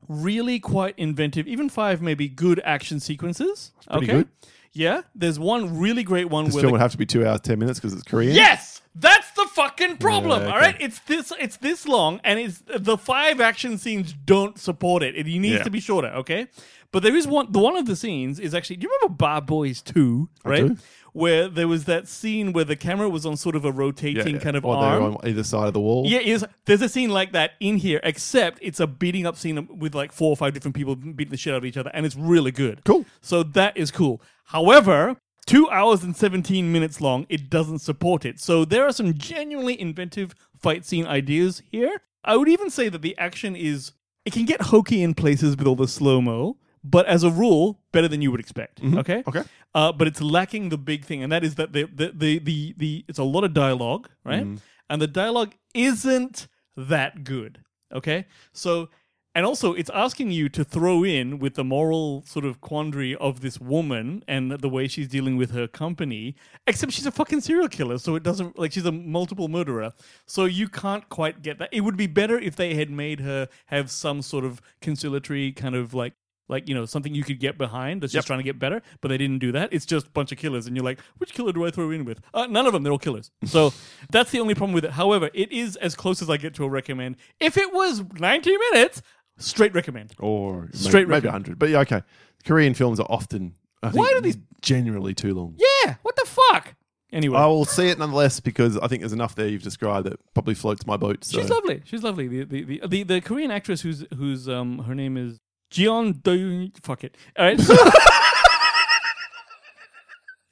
Speaker 1: really quite inventive, even five maybe good action sequences.
Speaker 2: pretty
Speaker 1: okay.
Speaker 2: good.
Speaker 1: Yeah, there's one really great one
Speaker 2: This
Speaker 1: where
Speaker 2: film
Speaker 1: the-
Speaker 2: would have to be two hours, 10 minutes because it's Korean.
Speaker 1: Yes, that's the fucking problem.
Speaker 2: Yeah, okay.
Speaker 1: All right, it's this it's this long, and it's the five action scenes don't support it. It needs
Speaker 2: Yeah.
Speaker 1: to be shorter. Okay, but there is one. The one of the scenes is actually. Do you remember Bar Boys Two? Right.
Speaker 2: do.
Speaker 1: Where there was that scene where the camera was on sort of a rotating kind of
Speaker 2: or they're
Speaker 1: arm.
Speaker 2: on either side of the wall.
Speaker 1: Yeah, is there's a scene like that in here, except it's a beating up scene with like four or five different people beating the shit out of each other, and it's really good.
Speaker 2: Cool.
Speaker 1: So that is cool. However, two hours and seventeen minutes long, it doesn't support it. So there are some genuinely inventive fight scene ideas here. I would even say that the action is it can get hokey in places with all the slow mo, but as a rule, better than you would expect. Okay.
Speaker 2: Mm-hmm. Okay.
Speaker 1: Uh, but it's lacking the big thing, and that is that the the the the, the it's a lot of dialogue,
Speaker 2: Mm-hmm.
Speaker 1: right? And the dialogue isn't that good. Okay, so And also, it's asking you to throw in with the moral sort of quandary of this woman and the way she's dealing with her company, except she's a fucking serial killer. So it doesn't, like, she's a multiple murderer. So you can't quite get that. It would be better if they had made her have some sort of conciliatory kind of like. Like you know something you could get behind that's just trying to get better, but they didn't do that. It's just a bunch of killers, and you're like, which killer do I throw in with? Uh, none of them. They're all killers. So that's the only problem with it. However, it is as close as I get to a recommend. If it was 90 minutes, Straight recommend.
Speaker 2: or
Speaker 1: Straight
Speaker 2: maybe, maybe
Speaker 1: record.
Speaker 2: 100. But yeah, okay. Korean films are often, I think,
Speaker 1: Why do these-
Speaker 2: generally too long?
Speaker 1: Yeah. What the fuck? Anyway,
Speaker 2: I will see it nonetheless because I think there's enough there you've described that probably floats my boat. So.
Speaker 1: she's lovely. She's lovely. The the, the the the Korean actress who's who's um her name is Jeon Do. Fuck it. All right. So,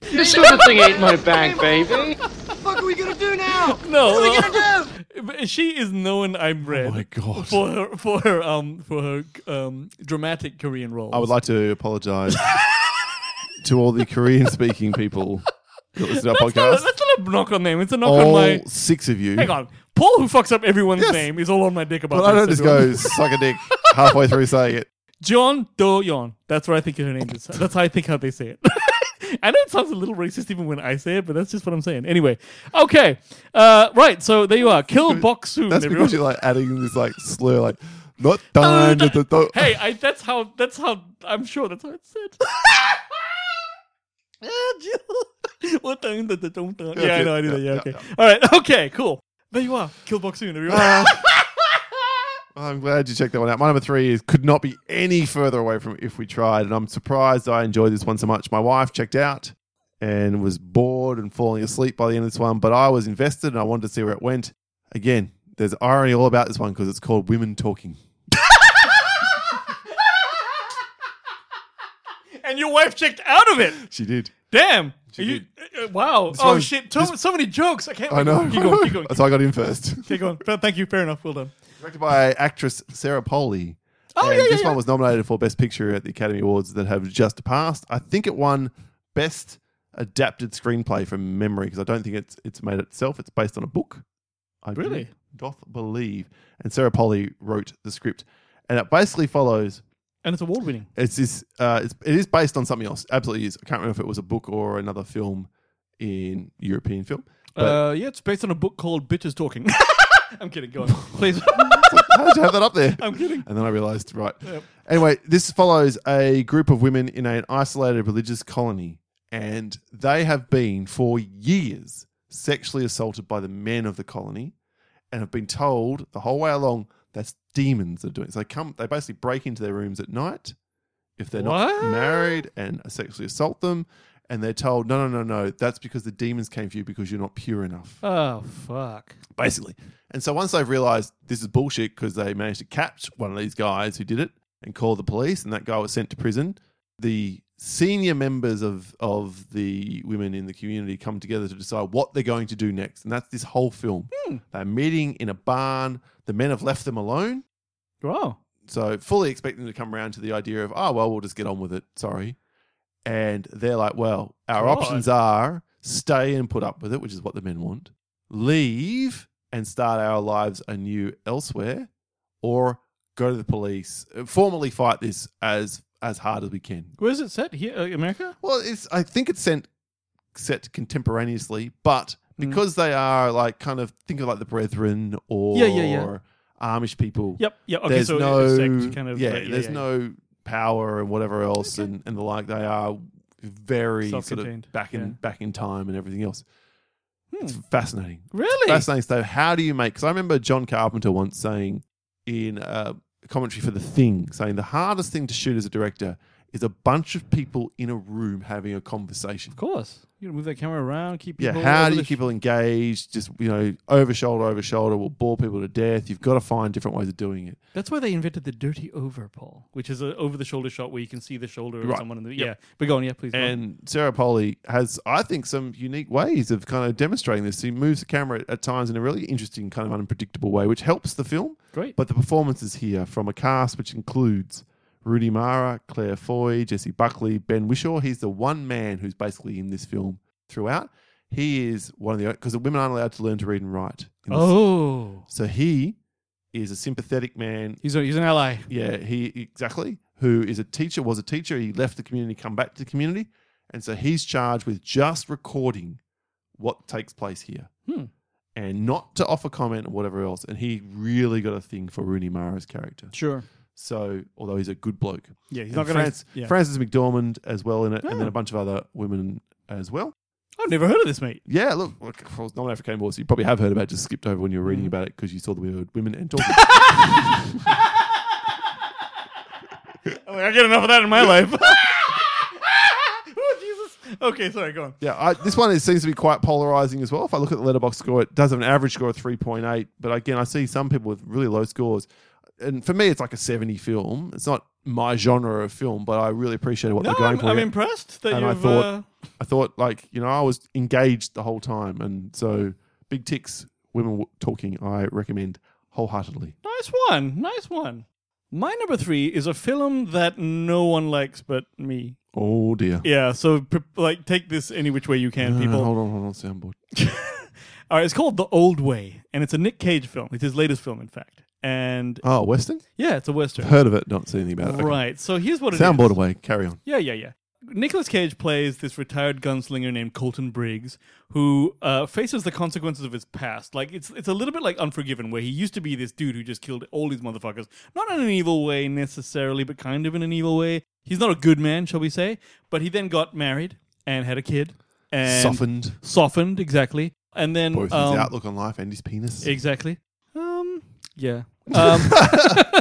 Speaker 4: This sort of thing ain't my bag, baby.
Speaker 5: fuck are we gonna do now?
Speaker 1: no. uh,
Speaker 5: What are we gonna do?
Speaker 1: But she is known. I'm red.
Speaker 2: Oh my God.
Speaker 1: For her for her um for her um dramatic Korean roles.
Speaker 2: I would like to apologize to all the Korean speaking people that listen to our
Speaker 1: That's not, a,
Speaker 2: podcast.
Speaker 1: that's not a knock on them. It's a knock
Speaker 2: All
Speaker 1: on my.
Speaker 2: six of you.
Speaker 1: Hang on. Paul, who fucks up everyone's
Speaker 2: Oh. Yes.
Speaker 1: name, is all on my dick about
Speaker 2: But I don't
Speaker 1: this.
Speaker 2: just go suck a dick halfway through saying it.
Speaker 1: John Do Yon. That's what I think her name is. That's how I think how they say it. I know it sounds a little racist even when I say it, but that's just what I'm saying. Anyway, okay, uh, right. So there you are. Kill Box Soon,
Speaker 2: That's
Speaker 1: everyone.
Speaker 2: because you're like adding this like slur, like not done. da- da- da-
Speaker 1: Oh, hey, I, that's how. That's how. I'm sure that's how it's said. Ah, Jill. What the- the- the- don't- don't. yeah, I know. I do that. Yeah,
Speaker 2: yeah,
Speaker 1: okay.
Speaker 2: yeah, Uh,
Speaker 1: All right. Okay. Cool. There you are. Kill Box Soon, everyone.
Speaker 2: I'm glad you checked that one out. My number three is could not be any further away from if we tried, and I'm surprised I enjoyed this one so much. My wife checked out and was bored and falling asleep by the end of this one, but I was invested and I wanted to see where it went. Again, there's irony all about this one because it's called Women Talking.
Speaker 1: and your wife checked out of it.
Speaker 2: She did.
Speaker 1: Damn. Are you, uh, uh, wow. oh,
Speaker 2: one-
Speaker 1: shit. So,
Speaker 2: this-
Speaker 1: so many jokes. I can't.
Speaker 2: I know.
Speaker 1: Keep going. Keep going.
Speaker 2: That's why I got in first.
Speaker 1: keep going. Fa- Thank you. Fair enough. Well done.
Speaker 2: Directed by actress Sarah Polley.
Speaker 1: Oh,
Speaker 2: and
Speaker 1: yeah, yeah,
Speaker 2: this
Speaker 1: yeah.
Speaker 2: one was nominated for Best Picture at the Academy Awards that have just passed. I think it won Best Adapted Screenplay from memory because I don't think it's it's made itself. It's based on a book. I do-
Speaker 1: Really?
Speaker 2: doth believe. And Sarah Polley wrote the script, and it basically follows.
Speaker 1: And it's award winning.
Speaker 2: It's this. Uh, it's, it is based on something else. Absolutely is. I can't remember if it was a book or another film in European film. But
Speaker 1: Uh, yeah, it's based on a book called Bitches Talking. I'm kidding. Go on. Please.
Speaker 2: how did you have that up there?
Speaker 1: I'm kidding.
Speaker 2: And then I realized, right. Anyway, this follows a group of women in an isolated religious colony, and they have been for years sexually assaulted by the men of the colony and have been told the whole way along that's demons that are doing it. So they come, they basically break into their rooms at night if they're
Speaker 1: What?
Speaker 2: not married and sexually assault them. And they're told, no, no, no, no, that's because the demons came for you because you're not pure enough
Speaker 1: Oh, fuck.
Speaker 2: basically. And so once they've realized this is bullshit because they managed to catch one of these guys who did it and call the police, and that guy was sent to prison, the senior members of, of the women in the community come together to decide what they're going to do next. And that's this whole film. They're meeting in a barn. The men have left them alone.
Speaker 1: Wow.
Speaker 2: So fully expecting them to come around to the idea of, oh, well, we'll just get on with it. Sorry. And they're like, well, our
Speaker 1: God.
Speaker 2: options are stay and put up with it, which is what the men want, leave and start our lives anew elsewhere, or go to the police, uh, formally fight this as as hard as we can.
Speaker 1: Where's it set? Here, uh, America?
Speaker 2: Well, it's I think it's sent set contemporaneously, but
Speaker 1: Mm.
Speaker 2: because they are like kind of think of like the Brethren or
Speaker 1: Yeah, yeah, yeah.
Speaker 2: Amish people
Speaker 1: Yep. Yeah. Okay.
Speaker 2: there's
Speaker 1: so
Speaker 2: no
Speaker 1: it's a sect kind of.
Speaker 2: yeah,
Speaker 1: like,
Speaker 2: there's no power and whatever else and, and the like they are very sort
Speaker 1: Self-contained,
Speaker 2: of back in
Speaker 1: yeah. Hmm.
Speaker 2: back in time and everything else it's fascinating
Speaker 1: Really?
Speaker 2: fascinating stuff how do you make because i remember john carpenter once saying in a commentary for the thing saying the hardest thing to shoot as a director is a bunch of people in a room having a conversation
Speaker 1: of course. You gotta move that camera around. Keep.
Speaker 2: yeah,
Speaker 1: people
Speaker 2: how
Speaker 1: over
Speaker 2: do you
Speaker 1: the
Speaker 2: keep people engaged? Just you know, over shoulder, over shoulder will bore people to death. You've got to find different ways of doing it.
Speaker 1: That's why they invented the dirty over, Paul, which is an over-the-shoulder shot where you can see the shoulder of
Speaker 2: Right.
Speaker 1: someone. In the, Yeah, but go on, yeah, please. go on.
Speaker 2: And Sarah Polley has, I think, some unique ways of kind of demonstrating this. She moves the camera at times in a really interesting, kind of unpredictable way, which helps the film.
Speaker 1: Great.
Speaker 2: But the performances here from a cast which includes Rudy Mara, Claire Foy, Jesse Buckley, Ben Wishaw. He's the one man who's basically in this film throughout. He is one of the because the women aren't allowed to learn to read and write. in this
Speaker 1: oh,
Speaker 2: so he is a sympathetic man.
Speaker 1: He's, a, he's an ally.
Speaker 2: Yeah, he exactly. Who is a teacher? Was a teacher. He left the community, come back to the community, and so he's charged with just recording what takes place here,
Speaker 1: Hmm.
Speaker 2: and not to offer comment or whatever else. And he really got a thing for Rooney Mara's character.
Speaker 1: Sure.
Speaker 2: So, although he's a good bloke,
Speaker 1: Yeah, he's
Speaker 2: And
Speaker 1: not going
Speaker 2: France-
Speaker 1: Yeah.
Speaker 2: Frances McDormand as well in it, and then
Speaker 1: Oh.
Speaker 2: a bunch of other women as well.
Speaker 1: I've never heard of this, mate.
Speaker 2: Yeah, look, look if I was nominated for Cane Wars, you probably have heard about it, just skipped over when you were
Speaker 1: Hmm.
Speaker 2: reading about it because you saw the word women and talking.
Speaker 1: I, mean, I get enough of that in my life. oh, Jesus. Okay, sorry, go on.
Speaker 2: yeah, I, this one is, seems to be quite polarizing as well. If I look at the letterbox score, it does have an average score of 3.8, but again, I see some people with really low scores. And for me, it's like a 70 film. It's not my genre of film, but I really appreciate what
Speaker 1: No,
Speaker 2: they're going
Speaker 1: I'm,
Speaker 2: for.
Speaker 1: I'm
Speaker 2: here.
Speaker 1: impressed that
Speaker 2: And I
Speaker 1: you've.
Speaker 2: thought-
Speaker 1: uh,
Speaker 2: I thought, like, you know, I was engaged the whole time. And so, big ticks, women w- talking, I recommend wholeheartedly.
Speaker 1: Nice one. Nice one. My number three is a film that no one likes but me.
Speaker 2: Oh, dear.
Speaker 1: Yeah, so pre- like take this any which way you can,
Speaker 2: Uh,
Speaker 1: people.
Speaker 2: hold on, hold on, soundboard.
Speaker 1: All right, it's called The Old Way, and it's a Nick Cage film. It's his latest film, in fact. And
Speaker 2: Oh, Western?
Speaker 1: yeah, it's a western.
Speaker 2: Heard of it, not seen anything about it. Okay.
Speaker 1: Right. So here's what it is.
Speaker 2: Soundboard away, carry on.
Speaker 1: Yeah, yeah, yeah. Nicolas Cage plays this retired gunslinger named Colton Briggs, who uh, faces the consequences of his past. Like it's it's a little bit like Unforgiven, where he used to be this dude who just killed all these motherfuckers, not in an evil way necessarily, but kind of in an evil way. He's not a good man, shall we say? But he then got married and had a kid. And
Speaker 2: Softened.
Speaker 1: Softened, exactly. And then
Speaker 2: Both
Speaker 1: um,
Speaker 2: his outlook on life and his penis.
Speaker 1: Exactly. Um. Yeah. Um,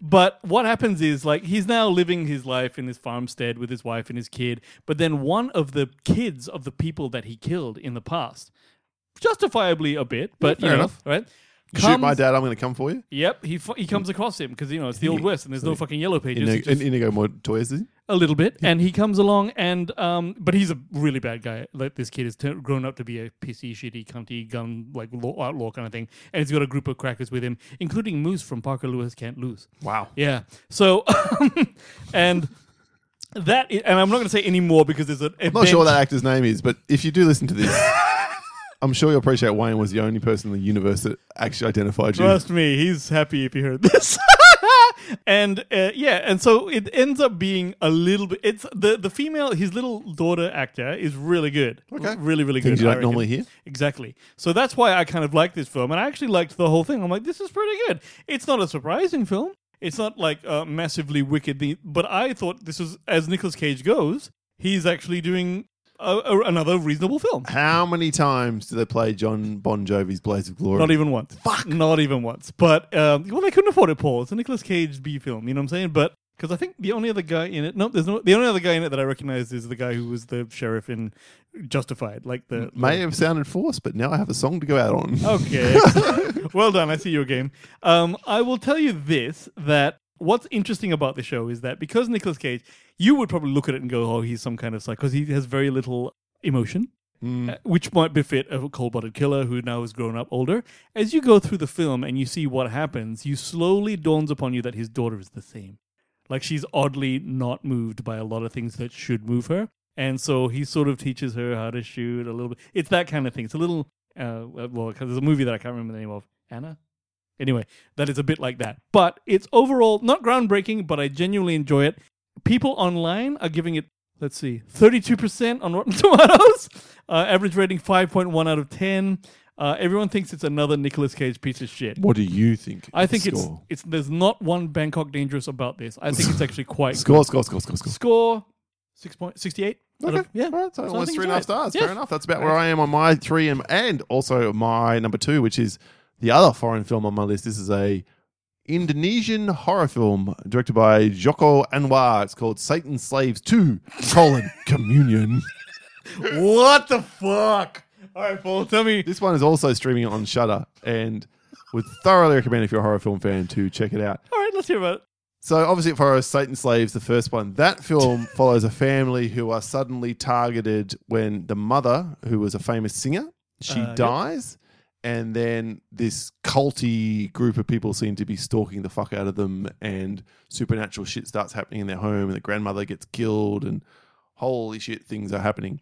Speaker 1: but what happens is like he's now living his life in his farmstead with his wife and his kid. But then one of the kids of the people that he killed in the past, justifiably a bit, but
Speaker 2: fair
Speaker 1: you know,
Speaker 2: enough.
Speaker 1: right?
Speaker 2: You shoot my
Speaker 1: comes-
Speaker 2: dad, I'm going to come for you.
Speaker 1: Yep, he f- he comes across him because you know it's the old
Speaker 2: He-
Speaker 1: west and there's no
Speaker 2: so-
Speaker 1: fucking yellow pages.
Speaker 2: Inigo,
Speaker 1: He just-
Speaker 2: Inigo Montoya's, is he?
Speaker 1: a little bit, and he comes along and um, but he's a really bad guy. Like this kid has turned grown up to be a pissy, shitty, cunty gun like law, outlaw kind of thing, and he's got a group of crackers with him, including Moose from Parker Lewis Can't Lose.
Speaker 2: Wow.
Speaker 1: Yeah. So, and that, i- and I'm not going to say any more because there's a. a
Speaker 2: I'm not sure what that actor's name is, but if you do listen to this, I'm sure you'll appreciate Wayne was the only person in the universe that actually identified you.
Speaker 1: Trust me, he's happy if he heard this. and uh, yeah, and so it ends up being a little bit. It's the the female, his little daughter actor is really good.
Speaker 2: Okay.
Speaker 1: really, really
Speaker 2: Things
Speaker 1: good.
Speaker 2: you
Speaker 1: I
Speaker 2: don't normally
Speaker 1: reckon.
Speaker 2: hear.
Speaker 1: Exactly. So that's why I kind of like this film, and I actually liked the whole thing. I'm like, this is pretty good. It's not a surprising film. It's not like uh, massively wicked, the- but I thought this was as Nicolas Cage goes. He's actually doing a, a, another reasonable film.
Speaker 2: How many times do they play John Bon Jovi's Blaze of Glory?
Speaker 1: Not even once. Fuck. Not even once. But um, well, they couldn't afford it, Paul. It's a Nicolas Cage B film. You know what I'm saying? But because I think the only other guy in it, no, there's no. The only other guy in it that I recognize is the guy who was the sheriff in Justified, like the.
Speaker 2: May have sounded forced, but now I have a song to go out on.
Speaker 1: Okay. excellent. well done. I see your game. Um, I will tell you this: that what's interesting about the show is that because Nicolas Cage, you would probably look at it and go, "Oh, he's some kind of psych," because he has very little emotion
Speaker 2: Mm.
Speaker 1: uh, which might befit a cold-blooded killer who now is grown up older. As you go through the film and you see what happens, you slowly dawns upon you that his daughter is the same. Like she's oddly not moved by a lot of things that should move her, and so he sort of teaches her how to shoot a little bit. It's that kind of thing. It's a little uh, well, 'cause there's a movie that I can't remember the name of. Anna. Anyway, that is a bit like that, but it's overall not groundbreaking, but I genuinely enjoy it. People online are giving it let's see, 32% on Rotten Tomatoes. Uh, average rating 5.1 out of 10. Uh, everyone thinks it's another Nicolas Cage piece of shit.
Speaker 2: What do you think?
Speaker 1: I think it's,
Speaker 2: score?
Speaker 1: it's there's not one Bangkok Dangerous about this. I think it's actually quite
Speaker 2: score, score, score, score, score.
Speaker 1: score 6.68. out of-
Speaker 2: Okay.
Speaker 1: Yeah.
Speaker 2: All right, so
Speaker 1: So I
Speaker 2: almost
Speaker 1: think it's
Speaker 2: three and a half
Speaker 1: right.
Speaker 2: stars.
Speaker 1: Yes.
Speaker 2: Fair enough. That's about where I am on my three and, and also my number two, which is the other foreign film on my list. This is a Indonesian horror film directed by Joko Anwar. It's called Satan Slaves 2, colon, Communion.
Speaker 1: What the fuck? All right, Paul, tell me.
Speaker 2: This one is also streaming on Shudder and would thoroughly recommend if you're a horror film fan to check it out.
Speaker 1: All right, let's hear about it.
Speaker 2: So obviously, it follows Satan Slaves, the first one. That film follows a family who are suddenly targeted when the mother, who was a famous singer, she
Speaker 1: Uh, yep.
Speaker 2: dies, and then this culty group of people seem to be stalking the fuck out of them, and supernatural shit starts happening in their home, and the grandmother gets killed, and holy shit, things are happening.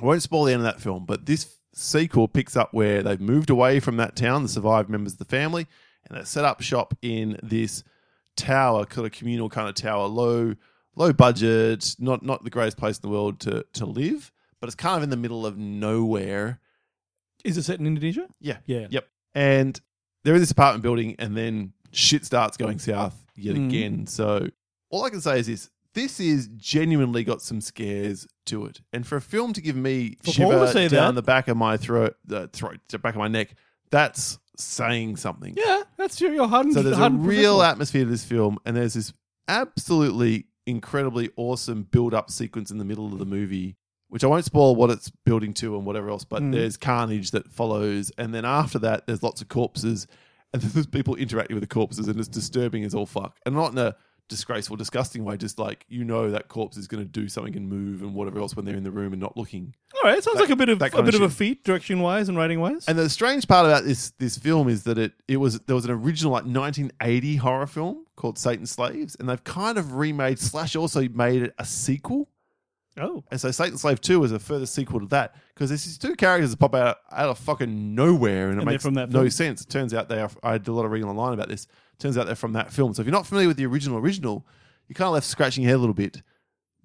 Speaker 2: I won't spoil the end of that film, but this sequel picks up where they've moved away from that town, the survived members of the family, and they set up shop in this tower, kind of communal kind of tower, low low budget, not not the greatest place in the world to to live, but it's kind of in the middle of nowhere.
Speaker 1: Is it set in Indonesia?
Speaker 2: Yeah.
Speaker 1: Yeah.
Speaker 2: Yep. And they're in this apartment building, and then shit starts going south yet
Speaker 1: Mm.
Speaker 2: again. So all I can say is this: this is genuinely got some scares to it, and for a film to give me
Speaker 1: For Paul
Speaker 2: shiver
Speaker 1: to say
Speaker 2: down
Speaker 1: that-
Speaker 2: the back of my throat, the throat, the back of my neck, that's saying something.
Speaker 1: Yeah, that's your, your hardened.
Speaker 2: So there's a
Speaker 1: hardened
Speaker 2: real
Speaker 1: professional.
Speaker 2: atmosphere to this film, and there's this absolutely incredibly awesome build-up sequence in the middle of the movie, which I won't spoil what it's building to and whatever else. But
Speaker 1: Mm.
Speaker 2: there's carnage that follows, and then after that, there's lots of corpses, and then there's people interacting with the corpses, and it's disturbing as all fuck, and not in a disgraceful, disgusting way. Just like you know that corpse is going to do something and move and whatever else when they're in the room and not looking.
Speaker 1: All right, sounds
Speaker 2: that-
Speaker 1: like a bit of
Speaker 2: that
Speaker 1: a
Speaker 2: kind
Speaker 1: bit
Speaker 2: of
Speaker 1: of a
Speaker 2: shit.
Speaker 1: feat, direction wise and writing wise.
Speaker 2: And the strange part about this this film is that it it was there was an original like 1980 horror film called Satan's Slaves, and they've kind of remade slash also made it a sequel.
Speaker 1: oh,
Speaker 2: And so Satan's Slave Two is a further sequel to that because there's these two characters that pop out out of fucking nowhere, and it
Speaker 1: And they're
Speaker 2: makes
Speaker 1: from that
Speaker 2: no
Speaker 1: film.
Speaker 2: sense. It turns out they are. I did a lot of reading online about this. Turns out they're from that film. So if you're not familiar with the original original, you're kind of left scratching your head a little bit,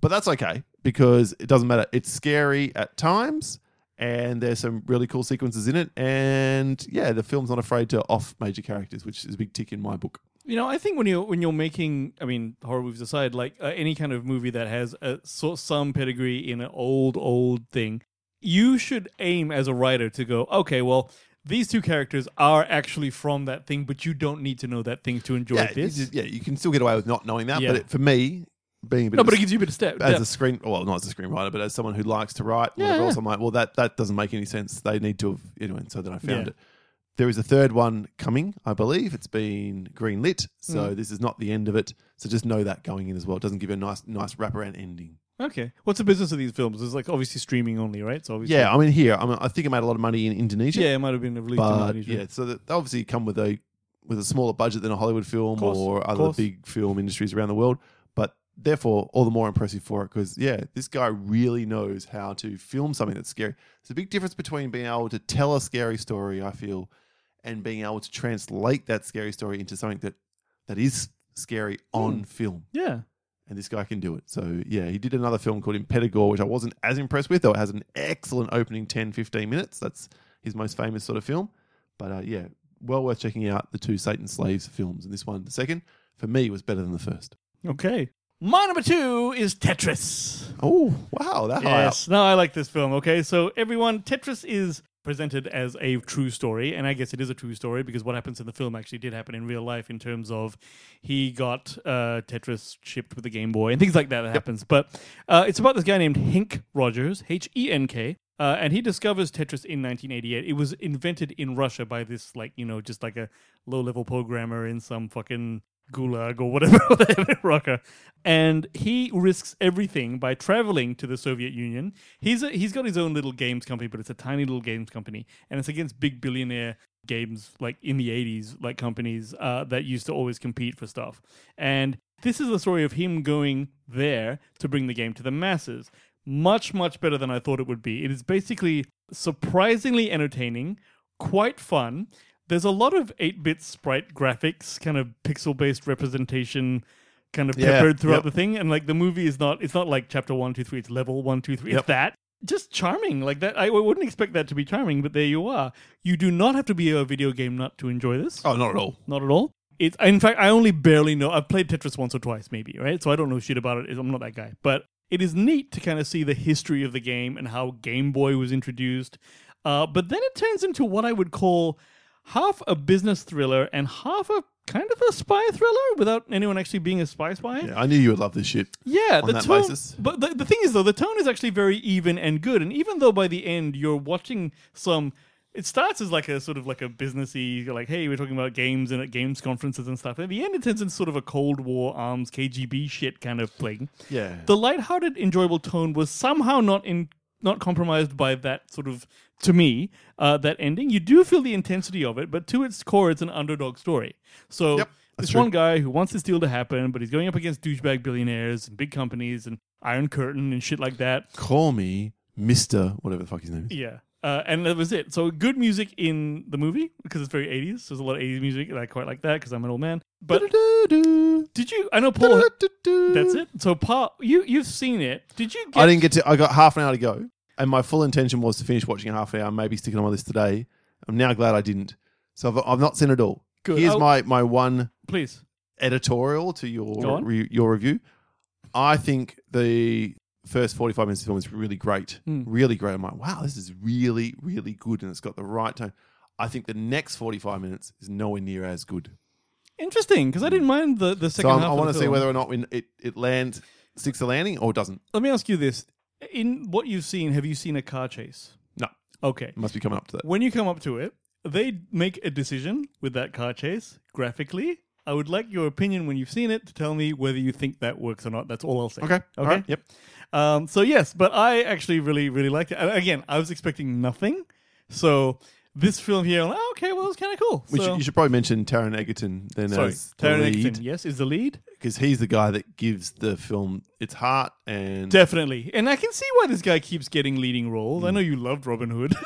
Speaker 2: but that's okay because it doesn't matter. It's scary at times, and there's some really cool sequences in it. And yeah, the film's not afraid to off major characters, which is a big tick in my book.
Speaker 1: you know, I think when you're when you're making, I mean, horror movies aside, like uh, any kind of movie that has a, so, some pedigree in an old old thing, you should aim as a writer to go, okay, well, these two characters are actually from that thing, but you don't need to know that thing to enjoy
Speaker 2: Yeah, you
Speaker 1: this.
Speaker 2: just- yeah, you can still get away with not knowing that,
Speaker 1: Yeah.
Speaker 2: but it, for me, being a bit
Speaker 1: no,
Speaker 2: of a
Speaker 1: but it gives you a bit of step.
Speaker 2: as
Speaker 1: depth.
Speaker 2: a screen well not as a screenwriter but as someone who likes to write and whatever
Speaker 1: Yeah,
Speaker 2: else i'm like well that that doesn't make any sense they need to have anyway so then i found
Speaker 1: Yeah.
Speaker 2: it there is a third one coming i believe it's been green lit
Speaker 1: Mm.
Speaker 2: so this is not the end of it so just know that going in as well it doesn't give you a nice nice wraparound ending
Speaker 1: Okay, what's the business of these films? It's like obviously streaming only, right? So obviously,
Speaker 2: yeah i mean here i mean i think i made a lot of money in indonesia
Speaker 1: yeah, it might have been released in
Speaker 2: but
Speaker 1: Indonesia.
Speaker 2: yeah so that they obviously come with a with a smaller budget than a hollywood film
Speaker 1: Course,
Speaker 2: or other
Speaker 1: course.
Speaker 2: big film industries around the world but therefore all the more impressive for it because yeah this guy really knows how to film something that's scary there's a big difference between being able to tell a scary story i feel and being able to translate that scary story into something that that is scary
Speaker 1: Hmm.
Speaker 2: on film
Speaker 1: yeah.
Speaker 2: and this guy can do it. So, yeah, he did another film called Impedagore, which I wasn't as impressed with, though it has an excellent opening 10, 15 minutes. That's his most famous sort of film. But, uh, yeah, well worth checking out the two Satan Slaves films. And this one, the second, for me, was better than the first.
Speaker 1: Okay. My number two is Tetris.
Speaker 2: Oh, wow, that high up.
Speaker 1: Yes. No, I like this film. Okay. So, everyone, Tetris is presented as a true story. And I guess it is a true story because what happens in the film actually did happen in real life in terms of he got uh, Tetris shipped with a Game Boy and things like that that happens. But uh, it's about this guy named Henk Rogers, H E N K. Uh, and he discovers Tetris in 1988. It was invented in Russia by this, like, you know, just like a low level programmer in some fucking gulag or whatever, whatever rocker. And he risks everything by traveling to the Soviet Union. He's a, he's got his own little games company, but it's a tiny little games company, and it's against big billionaire games like in the 80s like companies uh, that used to always compete for stuff and this is the story of him going there to bring the game to the masses much much better than i thought it would be it is basically surprisingly entertaining quite fun. There's a lot of 8 bit sprite graphics, kind of pixel based representation kind of
Speaker 2: Yeah,
Speaker 1: peppered throughout
Speaker 2: yep.
Speaker 1: the thing. And like the movie is not, it's not like chapter one, two, three, it's level one, two, three.
Speaker 2: Yep.
Speaker 1: It's that. Just charming. Like that. I wouldn't expect that to be charming, but there you are. You do not have to be a video game nut to enjoy this.
Speaker 2: Oh, not at all.
Speaker 1: Not at all. It's in fact I only barely know. I've played Tetris once or twice, maybe, right? So I don't know shit about it. I'm not that guy. But it is neat to kind of see the history of the game and how Game Boy was introduced. Uh, but then it turns into what I would call half a business thriller and half a kind of a spy thriller without anyone actually being a spy spy.
Speaker 2: Yeah, I knew you would love this shit.
Speaker 1: Yeah,
Speaker 2: on
Speaker 1: the
Speaker 2: that
Speaker 1: tone.
Speaker 2: basis.
Speaker 1: But the, the thing is, though, the tone is actually very even and good. And even though by the end you're watching some, it starts as like a sort of like a businessy, you're like, hey, we're talking about games and at games conferences and stuff. At the end, it turns into sort of a Cold War arms KGB shit kind of thing.
Speaker 2: Yeah.
Speaker 1: The lighthearted, enjoyable tone was somehow not in not compromised by that sort of to me uh, that ending. You do feel the intensity of it, but to its core, it's an underdog story. So
Speaker 2: Yep, that's
Speaker 1: this
Speaker 2: true.
Speaker 1: one guy who wants this deal to happen, but he's going up against douchebag billionaires and big companies and Iron Curtain and shit like that.
Speaker 2: Call me Mr. whatever the fuck his name is.
Speaker 1: Yeah. Uh, and that was it. So good music in the movie because it's very 80s. There's a lot of 80s music, and I quite like that because I'm an old man. But did you? I know Paul. That's
Speaker 2: That's
Speaker 1: it. So Paul, you you've seen it. Did you? Get,
Speaker 2: I didn't get to. I got half an hour to go, and my full intention was to finish watching half an hour, maybe stick it on my list today. I'm now glad I didn't. So I've, I've not seen it all.
Speaker 1: Good.
Speaker 2: Here's
Speaker 1: Oh.
Speaker 2: my my one
Speaker 1: please.
Speaker 2: editorial to
Speaker 1: Go
Speaker 2: your
Speaker 1: on.
Speaker 2: re, your review. I think the first 45 minutes of the film is really great.
Speaker 1: Hmm.
Speaker 2: Really great. I'm like, wow, this is really, really good. And it's got the right tone. I think the next 45 minutes is nowhere near as good.
Speaker 1: Interesting, because I didn't mind the the
Speaker 2: Hmm. So
Speaker 1: second
Speaker 2: I'm,
Speaker 1: half.
Speaker 2: I
Speaker 1: of the
Speaker 2: want to see
Speaker 1: film.
Speaker 2: whether or not when it, it lands, sticks the landing or doesn't.
Speaker 1: Let me ask you this: In what you've seen, have you seen a car chase?
Speaker 2: No,
Speaker 1: Okay.
Speaker 2: it must be coming up to that.
Speaker 1: When you come up to it, they make a decision with that car chase graphically. I would like your opinion when you've seen it to tell me whether you think that works or not. That's all I'll say.
Speaker 2: Okay. All right. Yep.
Speaker 1: Um, so yes, but I actually really, really liked it. And again, I was expecting nothing. So this film here, I'm like, "Oh, okay, well, it's kind of cool.
Speaker 2: We
Speaker 1: So-
Speaker 2: should, you should probably mention Taron Egerton then
Speaker 1: sorry,
Speaker 2: as the
Speaker 1: Taron
Speaker 2: lead.
Speaker 1: Egerton, yes, is the lead.
Speaker 2: Because he's the guy that gives the film its heart and
Speaker 1: Definitely. And I can see why this guy keeps getting leading roles.
Speaker 2: Mm.
Speaker 1: I know you loved Robin Hood.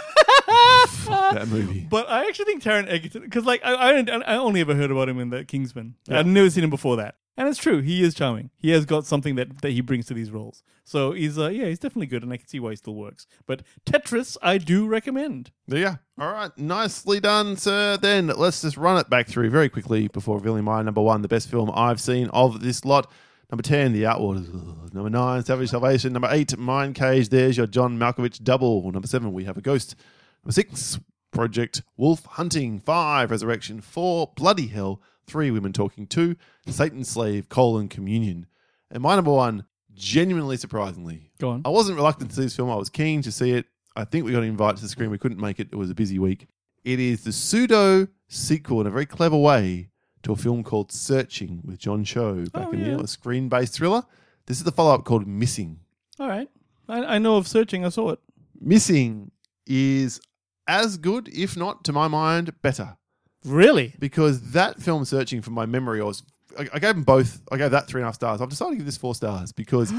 Speaker 2: that movie.
Speaker 1: But I actually think Taron Egerton, because like I, I, I only ever heard about him in the Kingsman. I'd never seen him before that, and it's true. He is charming. He has got something that, that he brings to these roles. So he's uh, yeah, he's definitely good, and I can see why he still works. But Tetris, I do recommend.
Speaker 2: Yeah. All right. Nicely done, sir. Then let's just run it back through very quickly before revealing my number one, the best film I've seen of this lot. Number 10, The Outward. Number 9, Savage Salvation. Number 8, Mind Cage. There's your John Malkovich double. Number 7, We Have a Ghost. Number 6, Project Wolf Hunting. 5, Resurrection. 4, Bloody Hell. 3, Women Talking. 2, Satan's Slave, Colon Communion. And my number one, genuinely surprisingly,
Speaker 1: Go on.
Speaker 2: I wasn't reluctant to see this film. I was keen to see it. I think we got an invite to the screen. We couldn't make it. It was a busy week. It is the pseudo sequel in a very clever way to a film called Searching with John Cho back
Speaker 1: Oh,
Speaker 2: in
Speaker 1: yeah.
Speaker 2: the a screen based thriller. This is the follow up called Missing.
Speaker 1: All right, I, I know of searching. I saw it.
Speaker 2: Missing is as good, if not, to my mind, better.
Speaker 1: Really?
Speaker 2: Because that film Searching from my memory, I was I, I gave them both I gave that three and a half stars. I've decided to give this four stars because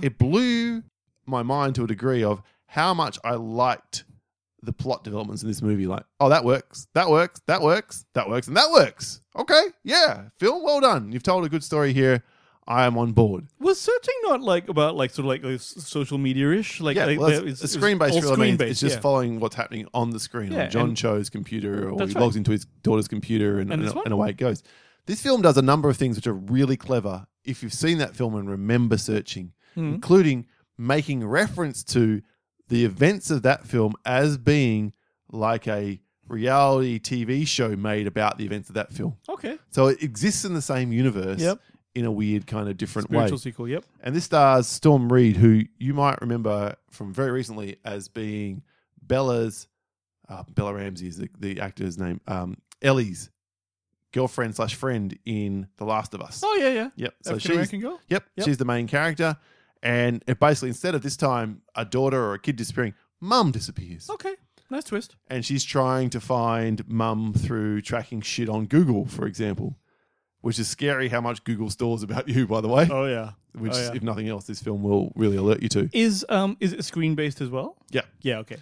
Speaker 2: it blew my mind to a degree of how much I liked the plot developments in this movie. Like, oh, that works, that works, that works, that works, and that works. Okay, yeah, film, well done. You've told a good story here. I am on board.
Speaker 1: Was searching not like about like sort of like, like s- social media ish? Like
Speaker 2: Yeah,
Speaker 1: like,
Speaker 2: well,
Speaker 1: there
Speaker 2: it's,
Speaker 1: is-
Speaker 2: a
Speaker 1: is
Speaker 2: screen-based
Speaker 1: all
Speaker 2: thriller means
Speaker 1: screen-based,
Speaker 2: it's just
Speaker 1: yeah.
Speaker 2: following what's happening on the screen
Speaker 1: Yeah,
Speaker 2: on John
Speaker 1: and-
Speaker 2: Cho's computer, or
Speaker 1: That's
Speaker 2: he logs
Speaker 1: right.
Speaker 2: into his daughter's computer, and,
Speaker 1: And
Speaker 2: and,
Speaker 1: this one?
Speaker 2: and away it goes. This film does a number of things which are really clever. If you've seen that film and remember searching,
Speaker 1: Hmm.
Speaker 2: including making reference to the events of that film as being like a reality TV show made about the events of that film.
Speaker 1: Okay.
Speaker 2: So it exists in the same universe
Speaker 1: Yep.
Speaker 2: in a weird kind of different
Speaker 1: Spiritual
Speaker 2: way.
Speaker 1: sequel. Yep.
Speaker 2: And this stars Storm Reed, who you might remember from very recently as being Bella's, uh, Bella Ramsey is the, the actor's name, um, Ellie's girlfriend slash friend in The Last of Us.
Speaker 1: Oh yeah, yeah.
Speaker 2: Yep. So
Speaker 1: African
Speaker 2: she's,
Speaker 1: American girl.
Speaker 2: yep,
Speaker 1: Yep.
Speaker 2: she's the main character. And it basically, instead of this time a daughter or a kid disappearing, mum disappears.
Speaker 1: Okay. Nice twist.
Speaker 2: And she's trying to find mum through tracking shit on Google, for example, which is scary how much Google stores about you, by the way
Speaker 1: Oh yeah.
Speaker 2: which,
Speaker 1: Oh, yeah.
Speaker 2: if nothing else, this film will really alert you to.
Speaker 1: Is um is it screen based as well?
Speaker 2: Yeah.
Speaker 1: Yeah. Okay.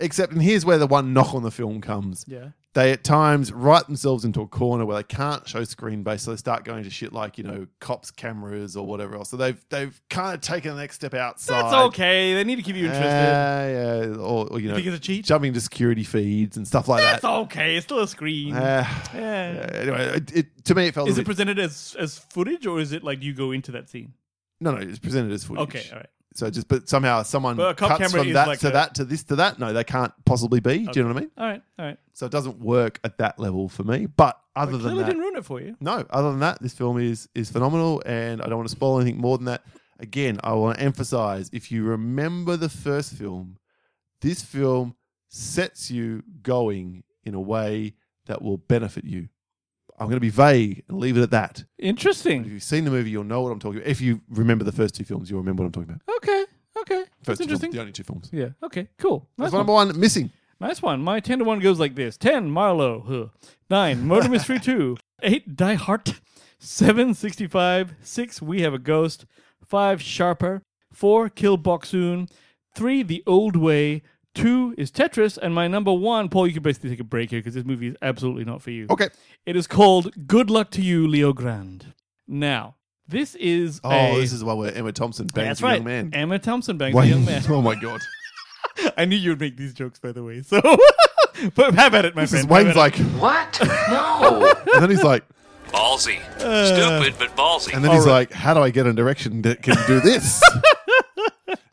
Speaker 2: Except, and here's where the one knock on the film comes.
Speaker 1: Yeah.
Speaker 2: They at times write themselves into a corner where they can't show screen base, so they start going to shit like you know cops cameras or whatever else. So they've they've kind of taken the next step outside.
Speaker 1: That's okay. They need to keep you
Speaker 2: Ah,
Speaker 1: interested.
Speaker 2: yeah, or, or, you know,
Speaker 1: think it's a cheat?
Speaker 2: jumping to security feeds and stuff like
Speaker 1: That's
Speaker 2: that.
Speaker 1: okay. It's still a screen.
Speaker 2: Ah,
Speaker 1: yeah.
Speaker 2: anyway, it, it, to me it felt
Speaker 1: Is
Speaker 2: a
Speaker 1: it
Speaker 2: bit-
Speaker 1: presented as as footage or is it like you go into that scene?
Speaker 2: no no it's presented as footage.
Speaker 1: Okay. All right.
Speaker 2: So just but somehow someone
Speaker 1: But a cop
Speaker 2: cuts
Speaker 1: camera
Speaker 2: from
Speaker 1: is
Speaker 2: that
Speaker 1: like
Speaker 2: to
Speaker 1: a-
Speaker 2: that to this to that. No, they can't possibly be. Do you know what I mean?
Speaker 1: All right. All right.
Speaker 2: So it doesn't work at that level for me. But other than
Speaker 1: Clearly
Speaker 2: that,
Speaker 1: didn't ruin it for you.
Speaker 2: no, other than that, this film is is phenomenal, and I don't want to spoil anything more than that. Again, I want to emphasize: if you remember the first film, this film sets you going in a way that will benefit you. I'm going to be vague and leave it at that. If
Speaker 1: Interesting.
Speaker 2: you've seen the movie, you'll know what I'm talking about. If you remember the first two films, you'll remember what I'm talking about.
Speaker 1: Okay. Okay.
Speaker 2: First
Speaker 1: That's
Speaker 2: two films,
Speaker 1: interesting.
Speaker 2: the only two films.
Speaker 1: Yeah. Okay. Cool. Nice
Speaker 2: That's my
Speaker 1: one.
Speaker 2: number one missing.
Speaker 1: Nice one. My ten to one goes like this: ten, Marlowe. Huh. Nine, Murder Mystery Two. Eight, Die Hard. Seven, 65. Six, We Have a Ghost. Five, Sharper. Four, Kill Boksoon. Three, The Old Way. two is Tetris, and my number one, Paul, you can basically take a break here because this movie is absolutely not for you.
Speaker 2: Okay.
Speaker 1: It is called Good Luck to You, Leo Grand. Now, this is
Speaker 2: Oh,
Speaker 1: a-
Speaker 2: this is the one where Emma Thompson bangs
Speaker 1: that's
Speaker 2: a
Speaker 1: right.
Speaker 2: young man.
Speaker 1: Emma Thompson bangs
Speaker 2: Wait,
Speaker 1: a young man.
Speaker 2: oh my god.
Speaker 1: I knew you would make these jokes, by the way. So, but have at it, my
Speaker 2: This
Speaker 1: friend.
Speaker 2: is
Speaker 1: have at
Speaker 2: Wayne's
Speaker 1: it.
Speaker 2: like, and
Speaker 3: What? No.
Speaker 2: then he's like,
Speaker 6: Ballsy.
Speaker 1: Uh.
Speaker 6: Stupid, but ballsy.
Speaker 2: and then he's like, how do I get a direction that can do this?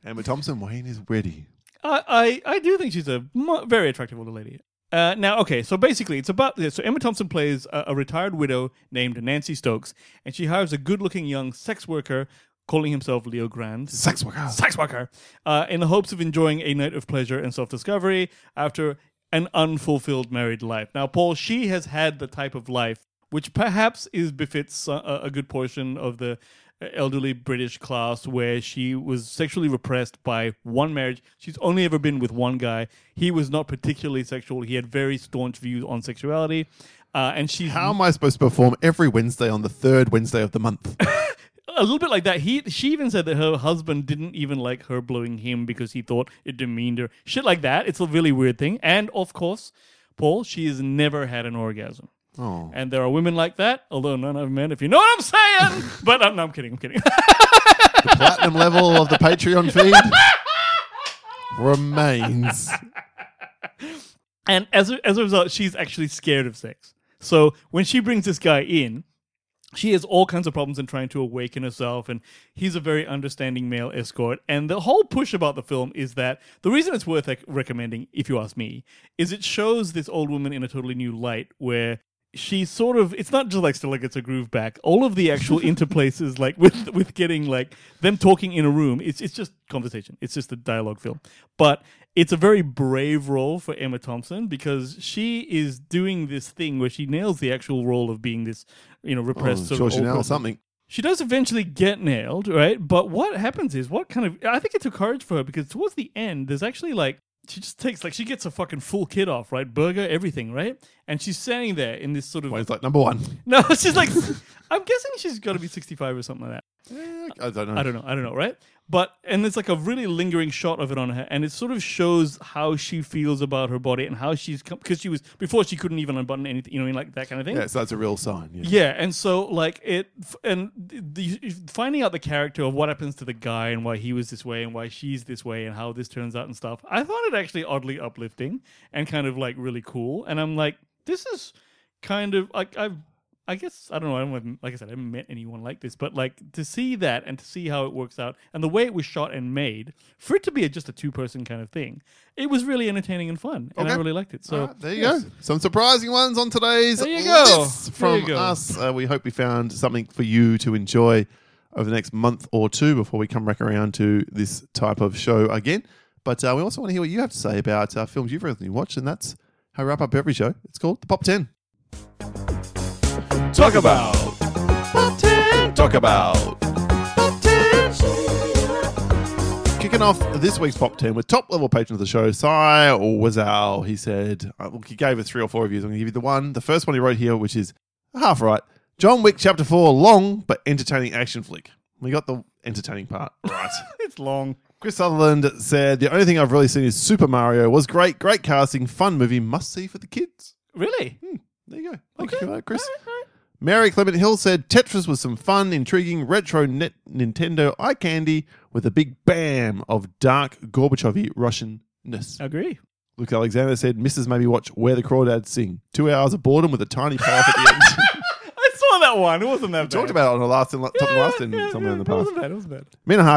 Speaker 2: Emma Thompson, Wayne is ready.
Speaker 1: I, I, I do think she's a mo- very attractive older lady. Uh, now, okay, so basically, it's about this. So Emma Thompson plays a, a retired widow named Nancy Stokes, and she hires a good-looking young sex worker, calling himself Leo Grand.
Speaker 2: Sex worker.
Speaker 1: sex worker uh, in the hopes of enjoying a night of pleasure and self-discovery after an unfulfilled married life now paul she has had the type of life which perhaps is befits uh, a, a good portion of the uh, elderly british class where she was sexually repressed by one marriage she's only ever been with one guy he was not particularly sexual he had very staunch views on sexuality uh, and she's
Speaker 2: How am I supposed to perform every Wednesday on the third Wednesday of the month?
Speaker 1: a little bit like that. He she even said that her husband didn't even like her blowing him because he thought it demeaned her. Shit like that. It's a really weird thing. And of course, Paul, she has never had an orgasm.
Speaker 2: Oh.
Speaker 1: And there are women like that, although none of men, if you know what I'm saying. but um, no, I'm kidding. I'm kidding.
Speaker 2: Platinum level of the Patreon feed remains.
Speaker 1: And as a, as a result, she's actually scared of sex. So when she brings this guy in, she has all kinds of problems in trying to awaken herself, and he's a very understanding male escort. And the whole push about the film is that the reason it's worth like, recommending, if you ask me, is it shows this old woman in a totally new light where she sort of it's not just like Stella gets her groove back. All of the actual interplaces like with with getting like them talking in a room, it's it's just conversation. It's just a dialogue film. But it's a very brave role for Emma Thompson because she is doing this thing where she nails the actual role of being this, you know,
Speaker 2: Oh,
Speaker 1: repressed sort
Speaker 2: sure,
Speaker 1: of
Speaker 2: she
Speaker 1: old
Speaker 2: now
Speaker 1: person.
Speaker 2: something.
Speaker 1: She does eventually get nailed, right? But what happens is, what kind of. I think it took courage for her because towards the end, there's actually like. She just takes, like, she gets a fucking full kit off, right? Burger, everything, right? And she's standing there in this sort of.
Speaker 2: Wayne's like, number one.
Speaker 1: no, she's like. I'm guessing she's got to be 65 or something like that.
Speaker 2: I don't know.
Speaker 1: I don't know. I don't know, right? But and it's like a really lingering shot of it on her, and it sort of shows how she feels about her body and how she's because she was before she couldn't even unbutton anything, you know, what I mean, like that kind of thing.
Speaker 2: Yeah, so that's a real sign. Yeah.
Speaker 1: Yeah, and so like it, f- and the, the- finding out the character of what happens to the guy and why he was this way and why she's this way and how this turns out and stuff. I found it actually oddly uplifting and kind of like really cool. And I'm like, this is kind of like I've. I guess I don't know. I don't have- like I said, I haven't met anyone like this, but like to see that and to see how it works out and the way it was shot and made, for it to be a, just a two-person kind of thing, it was really entertaining and fun, and I
Speaker 2: Okay.
Speaker 1: really liked it. So
Speaker 2: All right, there you go. Some surprising ones on today's
Speaker 1: There you go.
Speaker 2: list
Speaker 1: There
Speaker 2: from
Speaker 1: you go.
Speaker 2: us. Uh, we hope we found something for you to enjoy over the next month or two before we come back around to this type of show again. But uh, we also want to hear what you have to say about uh, films you've recently watched, and that's how we wrap up every show. It's called the Pop Ten.
Speaker 1: talk about
Speaker 2: Pop Ten. Talk about Pop Ten. Kicking off this week's Pop 10 with top level patron of the show, Sai Wazal. He said, uh, look, he gave us three or four reviews. I'm going to give you the one, the first one he wrote here, which is half right. John Wick Chapter 4, long but entertaining action flick. We got the entertaining part right.
Speaker 1: it's long.
Speaker 2: Chris Sutherland said, the only thing I've really seen is Super Mario. Was great, great casting, fun movie, must see for the kids. Hmm,
Speaker 1: Really?
Speaker 2: There you go. Thank you for that, Chris. Mary Clement Hill said Tetris was some fun, intriguing retro net Nintendo eye candy with a big bam of dark Gorbachevy Russianness.
Speaker 1: Agree.
Speaker 2: Luke Alexander said Mrs. Maybe watch Where the Crawdads Sing. Two hours of boredom with a tiny payoff at the end.
Speaker 1: I saw that one. It wasn't that bad.
Speaker 2: Talked about it on the last and la- top of last and
Speaker 1: Yeah,
Speaker 2: somewhere
Speaker 1: yeah,
Speaker 2: in the
Speaker 1: It
Speaker 2: past.
Speaker 1: wasn't bad. It wasn't bad.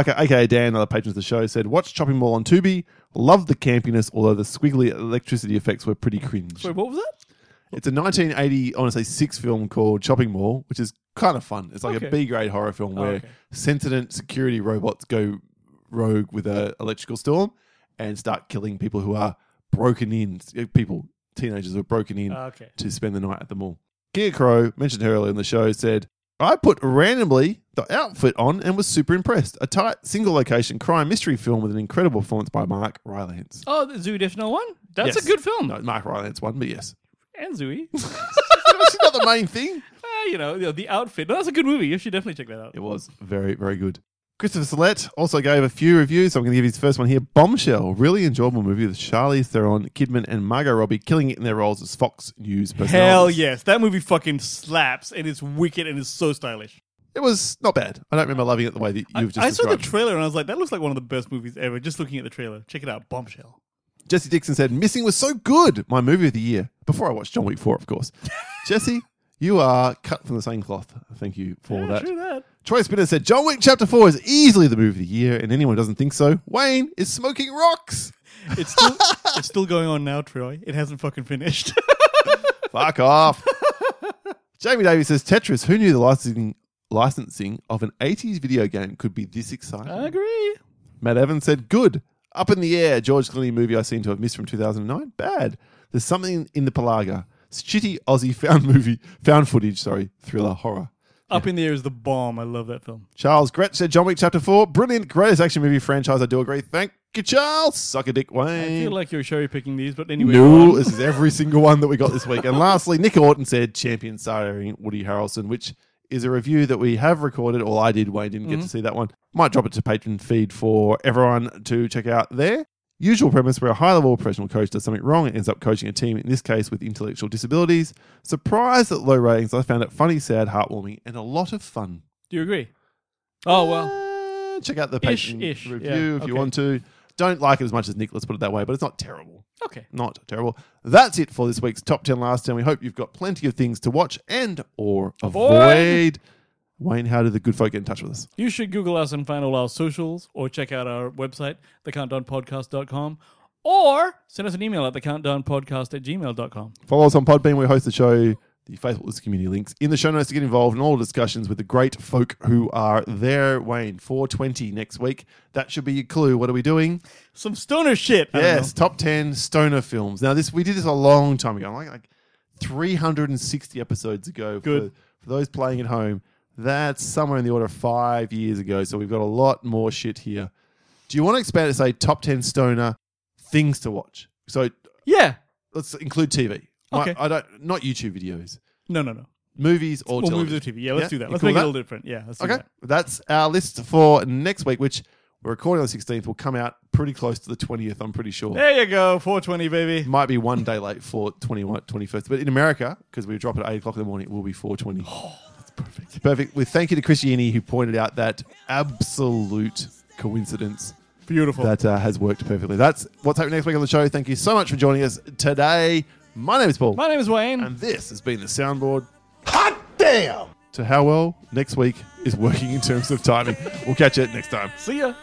Speaker 2: Minahaka, aka Dan, another patron of the show, said watch Chopping Mall on Tubi. Loved the campiness, although the squiggly electricity effects were pretty cringe.
Speaker 1: Wait, what was that?
Speaker 2: It's a 1980, I want to say, six film called Shopping Mall, which is kind of fun. It's like
Speaker 1: Okay. Oh,
Speaker 2: a B grade horror film where
Speaker 1: okay.
Speaker 2: sentient security robots go rogue with a electrical storm and start killing people who are broken in. Eh, People, teenagers who are broken in
Speaker 1: Ah, okay.
Speaker 2: to spend the night at the mall. Gear Crow, mentioned her earlier in the show, said, I put randomly the outfit on and was super impressed. A tight single location crime mystery film with an incredible performance by Mark Rylance.
Speaker 1: Oh, the Zooey Deschanel one. That's
Speaker 2: Yes.
Speaker 1: a good film.
Speaker 2: No, Mark Rylance one, but yes.
Speaker 1: And Zooey. uh,
Speaker 2: That's not the main thing.
Speaker 1: you know, you know, the outfit. No, that's a good movie. You should definitely check that out.
Speaker 2: It was very, very good. Christopher Sellette also gave a few reviews. So I'm going to give his first one here. Bombshell, really enjoyable movie with Charlize Theron, Kidman, and Margot Robbie killing it in their roles as Fox News personnel.
Speaker 1: Hell yes, that movie fucking slaps and it's wicked and it's so stylish.
Speaker 2: It was not bad. I don't remember loving it the way that you've just
Speaker 1: I saw the
Speaker 2: described.
Speaker 1: trailer and I was like, that looks like one of the best movies ever. Just looking at the trailer, check it out, Bombshell.
Speaker 2: Jesse Dixon said, Missing was so good. My movie of the year. Before I watched John Wick 4, of course. Jesse, you are cut from the same cloth. Thank you for
Speaker 1: Yeah,
Speaker 2: that.
Speaker 1: true that.
Speaker 2: Troy Spinner said, John Wick Chapter 4 is easily the movie of the year, and anyone who doesn't think so, Wayne is smoking rocks.
Speaker 1: It's still it's still going on now, Troy. It hasn't fucking finished.
Speaker 2: Fuck off. Jamie Davies says, Tetris, who knew the licensing licensing of an 80s video game could be this exciting?
Speaker 1: I agree.
Speaker 2: Matt Evans said, Good. Up in the air, George Clooney movie I seem to have missed from 2009. Bad. There's something in the Palaga. It's shitty Aussie found movie, found footage, sorry, thriller, horror.
Speaker 1: Up in the air is the bomb. I love that film.
Speaker 2: Charles Gretsch said, John Wick Chapter 4, brilliant, greatest action movie franchise. I do agree. Thank you, Charles. Suck a dick,
Speaker 1: I
Speaker 2: Wayne.
Speaker 1: feel like you're cherry picking these, but anyway. go
Speaker 2: no,
Speaker 1: on.
Speaker 2: this is every single one that we got this week. And lastly, Nick Orton said, Champion starring Woody Harrelson, which is a review that we have recorded. All I did, Wayne didn't get
Speaker 1: Mm.
Speaker 2: to see that one. Might drop it to patron feed for everyone to check out there. Usual premise where a high level professional coach does something wrong and ends up coaching a team, in this case with intellectual disabilities. Surprised at low ratings, I found it funny, sad, heartwarming, and a lot of fun.
Speaker 1: Do you agree? Oh well.
Speaker 2: Uh, check out the
Speaker 1: Ish,
Speaker 2: patron
Speaker 1: ish,
Speaker 2: review
Speaker 1: yeah,
Speaker 2: if
Speaker 1: okay.
Speaker 2: you want to. Don't like it as much as Nick, let's put it that way, but it's not terrible
Speaker 1: Okay.
Speaker 2: not terrible. That's it for this week's top 10 last 10. We hope you've got plenty of things to watch and or avoid.
Speaker 1: Avoid.
Speaker 2: Wayne, how do the good folk get in touch with us?
Speaker 1: You should Google us and find all our socials or check out our website, thecountdownpodcast.com, or send us an email at thecountdownpodcast at gmail.com.
Speaker 2: Follow us on Podbean. We host the show. The Facebook list community links in the show notes to get involved in all discussions with the great folk who are there. Wayne, 420 next week. That should be your clue. What are we doing?
Speaker 1: Some stoner shit. I don't
Speaker 2: Yes, top 10 stoner films. Now, this we did this a long time ago, like, like 360 episodes ago.
Speaker 1: Good.
Speaker 2: For, for those playing at home, that's somewhere in the order of five years ago. So we've got a lot more shit here. Do you want to expand it to say top 10 stoner things to watch? So
Speaker 1: know. Yeah.
Speaker 2: let's include TV. My-
Speaker 1: Okay.
Speaker 2: I don't, not YouTube videos,
Speaker 1: No, no, no.
Speaker 2: movies
Speaker 1: Or
Speaker 2: or, television.
Speaker 1: movies or TV. Yeah, let's do that.
Speaker 2: You
Speaker 1: Let's
Speaker 2: cool
Speaker 1: make it
Speaker 2: with
Speaker 1: a
Speaker 2: that?
Speaker 1: little different. Yeah, let's do
Speaker 2: Okay.
Speaker 1: that.
Speaker 2: That's our list for next week, which we're recording on the 16th, will come out pretty close to the 20th, I'm pretty sure.
Speaker 1: There you go. 420, baby.
Speaker 2: might be one day late for 21 21st. But in America, because we drop it at 8 o'clock in the morning, it will be 420. Oh, that's perfect. Perfect. With thank you to Christiani, who pointed out that absolute coincidence
Speaker 1: Beautiful.
Speaker 2: that uh, has worked perfectly. That's what's happening next week on the show. Thank you so much for joining us today. My name is Paul.
Speaker 1: My name is Wayne.
Speaker 2: and this has been the soundboard. Hot damn! To how well next week is working in terms of timing. We'll catch you next time.
Speaker 1: See ya.